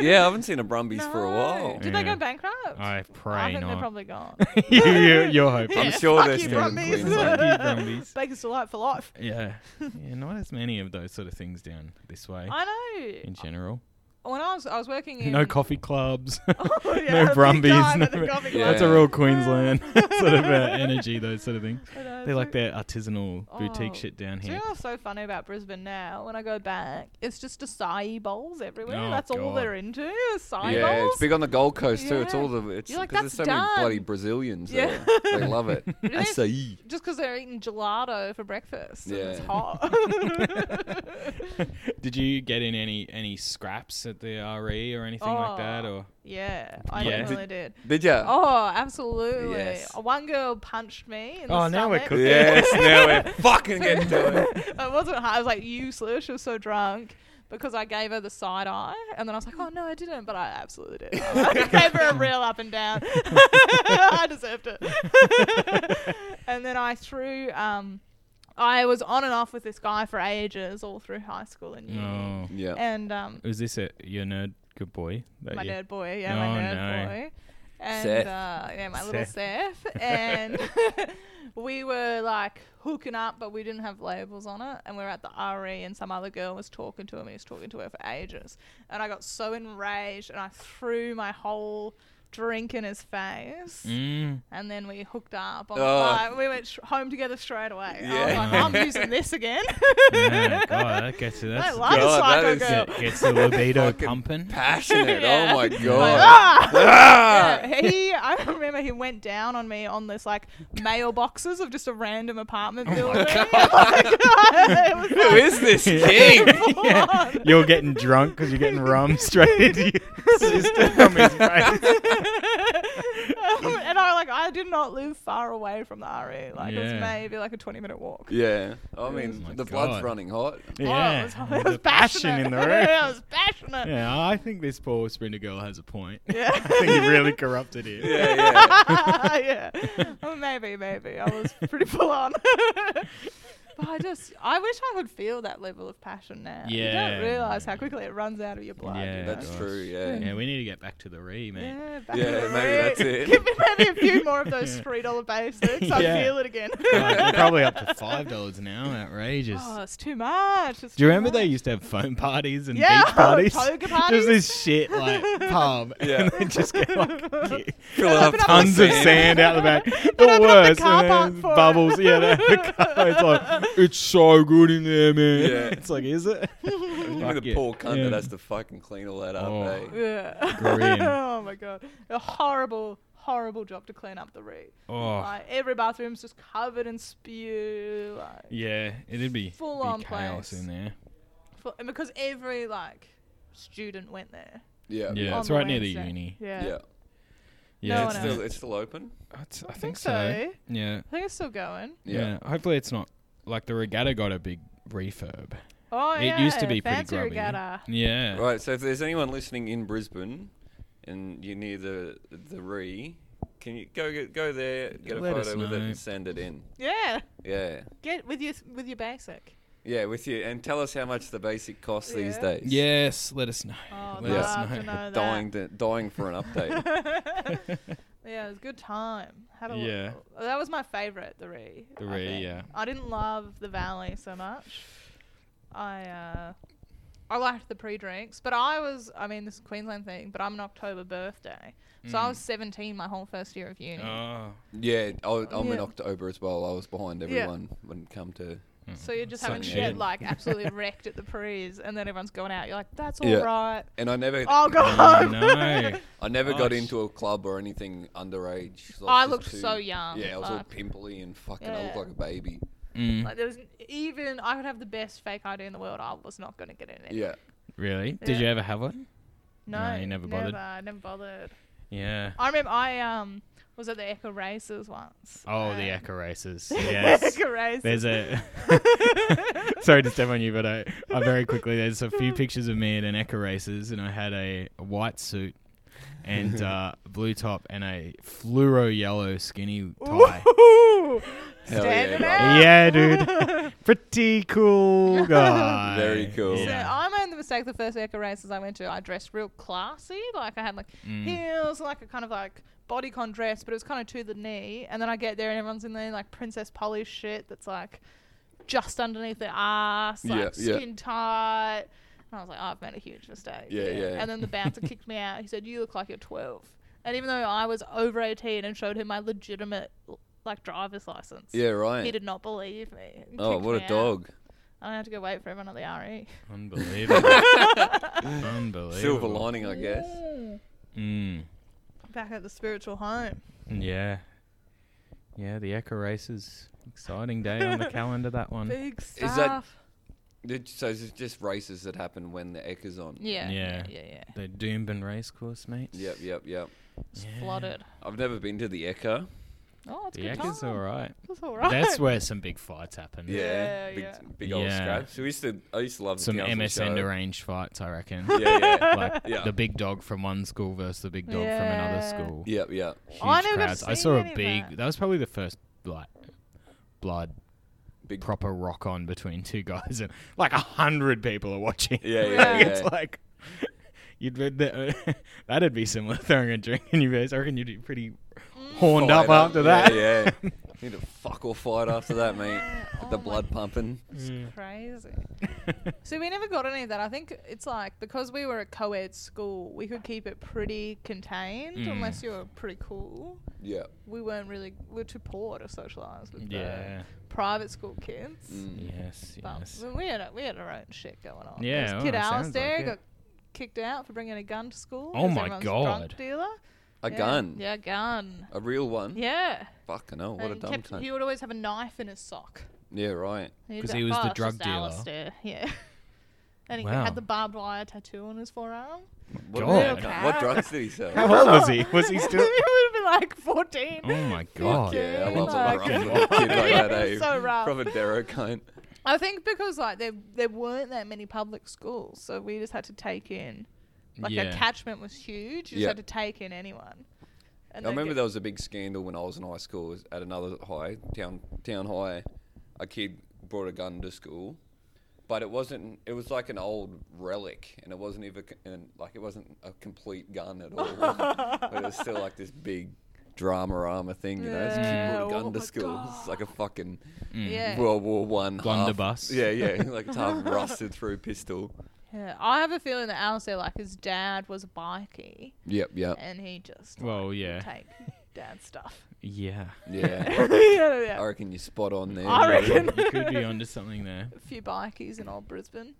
S1: yeah, I haven't seen a Brumbies for a
S3: No.
S1: while.
S3: Did
S2: Yeah.
S3: they go bankrupt?
S2: I
S3: I
S2: pray
S3: think they're
S2: not.
S3: probably gone.
S2: you, you, you're hoping.
S1: I'm sure
S3: fuck
S1: they're
S3: you,
S1: still in
S3: Brumbies.
S1: Queensland.
S2: Fuck you, Brumbies.
S3: Baker's Delight for life.
S2: Yeah. yeah, not as many of those sort of things down this way
S3: I
S2: in general.
S3: know. When I was, I was working in
S2: No coffee clubs.
S3: Oh, yeah,
S2: no
S3: big
S2: Brumbies.
S3: time at
S2: no-
S3: the coffee
S1: Yeah.
S2: That's a real Queensland sort of uh, energy, those sort of things. They like their
S3: that.
S2: artisanal boutique
S3: Oh.
S2: shit down
S3: Do you
S2: here.
S3: know what's so funny about Brisbane now? When I go back, it's just acai bowls everywhere.
S2: Oh,
S3: That's all
S2: God.
S3: they're into. Acai
S1: Yeah,
S3: bowls.
S1: it's big on the Gold Coast too. It's
S3: Yeah.
S1: all the it's
S3: You're like,
S1: because there's so
S3: "That's
S1: many bloody
S3: done."
S1: Brazilians
S3: Yeah.
S1: there. They love it.
S3: they-
S1: Acai.
S3: just because they're eating gelato for breakfast. And it's
S1: Yeah.
S3: hot.
S2: Did you get in any any scraps at the RE or anything like that?
S3: Oh.
S2: Or
S3: yeah, I
S2: Yeah.
S3: definitely did.
S1: Did ya?
S3: Oh, absolutely.
S1: Yes.
S3: One girl punched me. In the
S2: Oh, now we're
S3: stomach.
S2: cooking.
S1: Yes, now we're fucking getting to it.
S3: it wasn't hard. I was like, you slur. She was so drunk because I gave her the side eye. And then I was like, oh, no, I didn't. But I absolutely did. I gave her a real up and down. I deserved it. and then I threw. Um, I was on and off with this guy for ages, all through high school and uni.
S2: no.
S1: Yeah.
S3: And um,
S2: Was Oh. this a, your nerd good boy? that
S3: my
S2: you-
S3: nerd boy. Yeah,
S2: Oh,
S3: my nerd
S2: no.
S3: boy. And
S1: Seth.
S3: Uh, yeah, my little Seth. And we were like hooking up, but we didn't have labels on it. And we were at the RE, and some other girl was talking to him, and he was talking to her for ages. And I got so enraged, and I threw my whole drink in his face.
S2: Mm.
S3: And then we hooked up. On
S1: Oh.
S3: the bike. We went sh- home together straight away. I was
S1: Yeah.
S3: like, I'm using this again.
S2: Yeah, God, that gets you.
S3: I
S2: That's
S3: like a
S1: God,
S3: psycho
S1: that is-
S3: girl.
S2: get- gets the libido
S1: Fucking
S2: pumping.
S1: Passionate. Oh
S3: Yeah.
S1: my
S3: Like,
S1: god.
S3: ah!
S1: Ah!
S3: Yeah, he, I remember he went down on me on this like mailboxes of just a random
S2: Oh
S3: apartment building. Like, it was
S1: Who is this
S2: Yeah.
S1: king?
S2: Yeah, You're getting drunk because you're getting rum straight into your system from his face.
S3: like- and I like I did not live far away from the RE. Like it
S2: Yeah.
S3: was maybe like a twenty minute walk.
S1: Yeah. I mean,
S2: Oh my
S1: the blood's
S2: God.
S1: running hot.
S3: Oh, it was,
S2: Yeah,
S3: it was
S2: the passion in the room.
S3: yeah, it was passionate.
S2: Yeah, I think this poor Sprinter girl has a point.
S3: Yeah.
S2: I think you really corrupted it.
S1: Yeah, yeah.
S3: yeah. Well, maybe, maybe. I was pretty full on. but I just, I wish I could feel that level of passion now. You
S2: Yeah.
S3: don't realize how quickly it runs out of your blood.
S2: Yeah.
S3: you know?
S1: That's
S2: Gosh.
S1: true, yeah.
S2: Yeah, we need to get back to the re, man.
S3: Yeah, back
S1: Yeah,
S3: in the
S1: maybe
S3: room.
S1: that's it.
S3: Give me maybe a few more of those three dollar basics. I
S2: Yeah.
S3: feel it again.
S2: they're probably up to five dollars an hour. Outrageous.
S3: oh, it's too much. It's
S2: Do you
S3: too
S2: remember
S3: much.
S2: they used to have phone parties and
S3: Yeah,
S2: beach parties?
S3: poker
S2: Just this shit like pub,
S1: Yeah.
S2: and then just get like
S1: Fill it
S3: Open
S1: up
S3: up
S1: full
S2: tons
S3: the
S2: of sand out the back.
S3: Then
S2: The
S3: open up the
S2: worst.
S3: car
S2: and
S3: park
S2: then
S3: for it.
S2: bubbles. Yeah, the, the car, it's like it's so good in there, man.
S1: Yeah.
S2: It's like, is it?
S1: You mean
S2: Fuck
S1: the
S2: it.
S1: poor cunt
S2: Yeah.
S1: that has to fucking clean all that up,
S2: Oh.
S1: eh?
S3: Yeah.
S2: Grim.
S3: oh my god, a horrible, horrible job to clean up the re.
S2: Oh,
S3: Like every bathroom's just covered in spew. Like,
S2: yeah. It'd be
S3: Full
S2: be
S3: on
S2: chaos
S3: place.
S2: in there.
S3: for, and because every like student went there.
S1: Yeah.
S2: Yeah,
S3: on
S2: it's
S3: the
S2: right near the
S3: Wednesday.
S2: uni.
S3: Yeah.
S1: Yeah.
S2: Yeah,
S3: No
S1: It's
S3: one
S1: still
S3: else.
S1: it's still open?
S2: it's- I,
S3: I
S2: think,
S3: think
S2: so.
S3: so.
S2: Yeah.
S3: I think it's still going.
S2: Yeah. Hopefully, it's not like the regatta got a big refurb.
S3: Oh
S2: It
S3: yeah.
S2: used to be pretty
S3: fancy
S2: grubby.
S3: regatta.
S2: Yeah.
S1: Right, so if there's anyone listening in Brisbane and you're near the the re, can you go get, go there, get a
S2: Let us
S1: photo with it
S2: know.
S1: and send it in.
S3: Yeah.
S1: Yeah.
S3: Get with your with your basic.
S1: Yeah, with you. And tell us how much the basic costs these
S3: Yeah.
S1: days.
S2: Yes, let us know.
S3: Oh, I'd
S2: let
S1: Yeah.
S2: us
S3: love
S2: know.
S3: to know that.
S1: Dying, to, dying for an update.
S3: yeah, it was a good time. Had a
S2: Yeah.
S3: lo- that was my favorite, the re.
S2: The
S3: I
S2: Re,
S3: think.
S2: yeah.
S3: I didn't love the valley so much. I uh, I liked the pre-drinks, but I was I mean this is a Queensland thing, but I'm an October birthday, so I was 17 my whole first year of uni.
S2: Hmm. Mm. Oh,
S1: yeah, I, was- I'm in
S3: Yeah.
S1: October as well. I was behind
S3: Yeah.
S1: everyone when it come to.
S3: So you're just having
S2: Sucking
S3: shit
S2: in.
S3: like absolutely wrecked at the pre's, and then everyone's going out. You're like, that's all
S1: Yeah.
S3: right.
S1: And I never,
S3: I'll go
S2: oh
S3: home.
S2: no.
S1: I never got
S2: Gosh.
S1: into a club or anything underage.
S3: I
S1: was
S3: looked
S1: just
S3: so young,
S1: Yeah, I was all
S3: like-
S1: pimply and fucking. I
S3: Yeah.
S1: looked like a baby.
S2: Mm,
S3: Like there was even I could have the best fake ID in the world. I was not going to get in it.
S1: Yeah,
S2: really? Did
S3: Yeah.
S2: you ever have one?
S3: No,
S2: No, you never bothered.
S3: Never, I never bothered.
S2: Yeah.
S3: I remember I um was at the Echo Races once.
S2: Oh,
S3: and-
S2: the Echo Races. Yes.
S3: Echo Races.
S2: There's a. Sorry to step on you, but I, I very quickly there's a few pictures of me at an Echo races, and I had a, a white suit and uh, blue top and a fluoro yellow skinny tie.
S3: Ooh,
S1: Hell
S3: standing
S1: yeah,
S3: out.
S2: yeah, dude, pretty cool guy.
S1: Very cool.
S3: So
S2: Yeah.
S3: I made the mistake the first Echo Races I went to. I dressed real classy, like I had like
S1: Mm.
S3: heels and like a kind of like bodycon dress, but it was kind of to the knee. And then I get there and everyone's in there like Princess Polly shit that's like just underneath their ass, like
S1: Yeah, yeah.
S3: skin tight. And I was like, oh, I've made a huge mistake.
S1: Yeah, yeah.
S3: And then the bouncer kicked me out. He said, "You look like you're 12." And even though I was over 18 and showed him my legitimate like driver's license,
S1: yeah, right.
S3: he did not believe me. and
S1: oh,
S3: kicked
S1: what
S3: me
S1: a
S3: out.
S1: dog!
S3: I had to go wait for everyone at the E. RE.
S2: Unbelievable. Unbelievable.
S1: Silver lining, I guess.
S2: Mm.
S3: Back at the spiritual home.
S2: Yeah. Yeah, the Echo races. Exciting day on the calendar. That one.
S3: Big stuff.
S1: that- Did- So it's just races that happen when the Ecker's on.
S3: Yeah.
S2: Yeah.
S3: Yeah. Yeah. yeah.
S2: The Doomben Racecourse, mate.
S1: Yep, yep, yep.
S3: It's
S2: Yeah.
S3: flooded.
S1: I've never been to the Ecker.
S3: Oh, it's
S2: The
S3: a good
S2: Ecker's
S3: time.
S2: alright.
S3: It's all right.
S2: That's where some big fights happen.
S3: Yeah,
S1: big,
S3: yeah.
S1: big old
S2: Yeah.
S1: scraps. We used to. I used to love the
S2: Some
S1: council show.
S2: MSN deranged fights, I reckon.
S1: Yeah, yeah,
S2: like
S1: Yeah.
S2: the big dog from one school versus the big dog
S3: Yeah.
S2: from another school.
S1: yeah, yeah.
S2: Huge
S3: I never
S2: crowds. I
S3: seen
S2: saw a
S3: any of
S2: big.
S3: that.
S2: That. was probably the first like blood
S1: Big
S2: proper rock on between two guys, and like a hundred people are watching.
S1: Yeah, yeah,
S3: Yeah.
S1: yeah.
S2: it's like you'd be, that- that'd be similar throwing a drink in your face. I reckon you'd be pretty
S3: Mm.
S2: horned up
S1: Fight
S2: after that.
S1: Yeah, yeah. Need a fuck or fight after that, mate. With the
S3: Oh my-
S1: blood pumping.
S3: Mm. Crazy. so we never got any of that. I think it's like because we were a co ed school, we could keep it pretty contained
S2: Mm.
S3: unless you were pretty cool.
S1: Yeah.
S3: We weren't really, we were too poor to socialise with
S2: Yeah.
S3: the private school kids.
S1: Mm.
S2: Yes.
S3: uh, But
S2: Yes.
S3: we had, a, we had our own shit going on.
S2: Yeah,
S3: There was
S2: well,
S3: kid
S2: it sounds
S3: Alice
S2: like
S3: there
S2: it.
S3: got kicked out for bringing a gun to school.
S2: Oh
S3: 'cause
S2: my
S3: everyone's a drunk
S2: God.
S3: dealer.
S1: A
S3: Yeah.
S1: gun.
S3: Yeah, a gun.
S1: A real one.
S3: Yeah.
S1: Fucking hell, what
S3: and
S1: a
S3: he
S1: dumb
S3: kept- He
S1: cunt.
S3: would always have a knife in his sock.
S1: Yeah, right.
S3: And you'd
S2: 'Cause
S3: be
S2: he
S3: like,
S2: was the
S3: "Oh, it's
S2: drug
S3: just
S2: dealer."
S3: Alistair." Yeah. And he
S2: Wow.
S3: had the barbed wire tattoo on his forearm.
S1: What, a
S2: God.
S1: dumb cunt. what drugs did he sell?
S2: How old was he? Was he
S3: he
S2: still?
S3: would have been like 14.
S2: Oh my god.
S1: yeah, I
S3: Okay,
S1: love
S3: like-
S1: a rough little kid like
S3: Yeah,
S1: that, eh?
S3: Oh so rough.
S1: Proper Darrow cunt.
S3: I think because like there there weren't that many public schools, so we just had to take in. Like our
S2: Yeah.
S3: catchment was huge. You just
S1: Yeah.
S3: had to take in anyone. And
S1: I
S3: they'd
S1: remember
S3: get-
S1: there was a big scandal when I was in high school it was at another high town town high. A kid brought a gun to school, but it wasn't. It was like an old relic, and it wasn't even c- and like it wasn't a complete gun at all. but it was still like this big drama armor thing, you know. This kid
S3: Yeah,
S1: brought a gun
S3: oh
S1: to
S3: my
S1: school. It's like a fucking
S2: Mm.
S3: Yeah.
S1: World War One half-
S2: Blunderbuss.
S1: Yeah, yeah, like it's half rusted through pistol.
S3: yeah. I have a feeling that Alistair, like his dad was a bikie,
S1: Yep, yep,
S3: and he just like,
S2: Well,
S3: would
S2: yeah.
S3: take dad's stuff.
S2: Yeah.
S1: yeah.
S3: yeah, yeah,
S1: I
S3: yeah.
S1: reckon you're spot on there.
S3: I
S1: buddy.
S3: reckon.
S2: You could be onto something there.
S3: A few bikies in old Brisbane.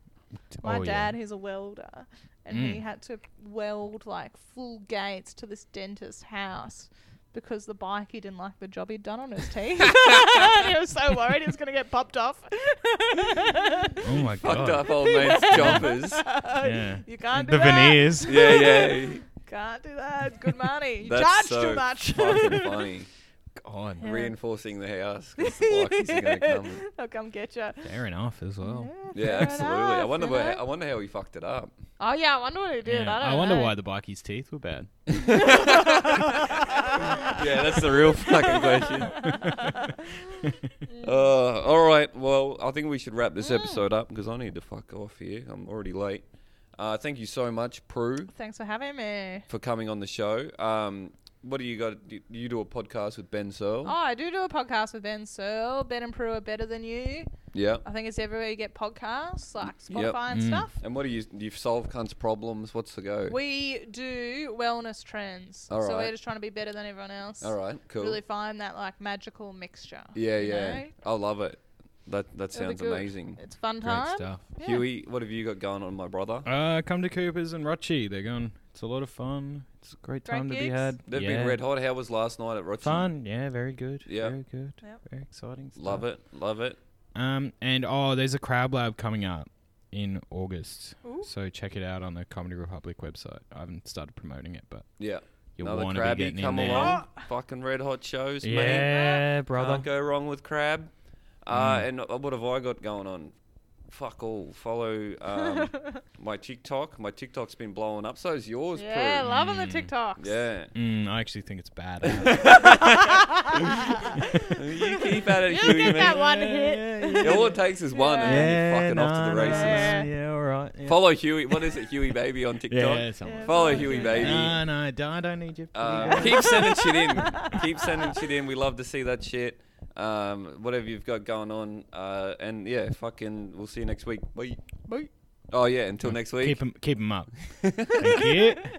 S3: My
S2: Oh, yeah.
S3: dad, he's a welder, and he
S2: Mm.
S3: had to weld like full gates to this dentist's house because the bikie didn't like the job he'd done on his teeth. he was so worried he was going to get popped off.
S2: Oh my
S1: Fucked
S2: god.
S1: up old mate's jumpers.
S2: Yeah.
S3: You can't do
S2: The
S3: that.
S2: veneers.
S1: Yeah, yeah.
S3: Can't do that. It's good money. You
S1: That's
S3: charge
S1: so
S3: too much.
S1: fucking funny.
S2: odd.
S3: Yeah.
S1: reinforcing the house 'cause the blockies are going to come. and-
S3: They'll come get you.
S2: Fair enough as well.
S1: Yeah, absolutely. I wonder where, I wonder how he fucked it up.
S3: Oh yeah, I wonder what he did.
S2: Yeah.
S3: I don't
S2: wonder
S3: know.
S2: why the bikie's teeth were bad.
S1: Yeah, that's the real fucking question. Uh, all right. Well, I think we should wrap this episode up because I need to fuck off here. I'm already late. Uh, thank you so much, Prue,
S3: Thanks for having me.
S1: for coming on the show. Um, what do you got? do You do a podcast with Ben Searle.
S3: Oh, I do do a podcast with Ben Searle. Ben and Prue are better than you.
S1: Yeah.
S3: I think it's everywhere you get podcasts, like Spotify
S1: Yep. Mm.
S3: and stuff.
S1: And what do you? You've solved cunts problems. What's the go?
S3: We do wellness trends,
S1: All
S3: so
S1: right.
S3: we're just trying to be better than everyone else.
S1: all right. Cool.
S3: Really find that like magical mixture.
S1: yeah,
S3: you
S1: yeah.
S3: know?
S1: I love it. That that
S3: It'll be
S1: sounds
S3: good.
S1: amazing.
S3: It's fun
S2: Great
S3: time.
S2: stuff.
S3: Yeah.
S1: Huey, what have you got going on, my brother?
S2: Uh, come to Coopers and Rochi. They're going. It's a lot of fun. It's a great
S3: Great
S2: time to be
S3: gigs.
S2: had.
S1: They've
S2: Yeah.
S1: been red hot. How was last night at Rochester?
S2: Fun. Yeah. Very good.
S1: Yeah.
S2: Very good.
S3: Yep.
S2: Very exciting. Stuff.
S1: Love it. Love it.
S2: Um, and oh, there's a crab lab coming up in August.
S3: Ooh.
S2: So check it out on the Comedy Republic website. I haven't started promoting it, but
S1: Yeah.
S2: you'll
S1: Another
S2: want to be
S1: crabby
S2: getting
S1: come
S2: in there.
S1: along. Fucking red hot shows,
S2: Yeah,
S1: man.
S2: brother. Mm.
S1: Can't go wrong with crab. Uh, And uh, what have I got going on? Fuck all. Follow um, my TikTok. My TikTok's been blowing up. So's yours,
S3: Yeah,
S1: Prue.
S3: loving the TikToks.
S1: Yeah.
S2: Mm, I actually think it's bad.
S1: you keep at it,
S3: You'll
S1: Huey,
S3: get that
S1: man.
S3: one hit.
S1: All it takes is one, and then you're fucking off to the races.
S3: Yeah.
S2: yeah, all right. Yeah.
S1: Follow Huey. What is it, Huey Baby on TikTok?
S2: yeah, something
S3: Yeah,
S2: like
S1: Follow
S3: follow
S1: Huey
S3: Huey.
S2: that.
S1: Baby.
S2: No, no, I don't- I don't need you.
S1: Uh, keep sending shit in. Keep sending shit in. We love to see that shit. Um, whatever you've got going on. Uh, and yeah, fucking, we'll see you next week. Bye. Bye. Oh, yeah, until next week.
S2: keep them, keep them up. Thank you.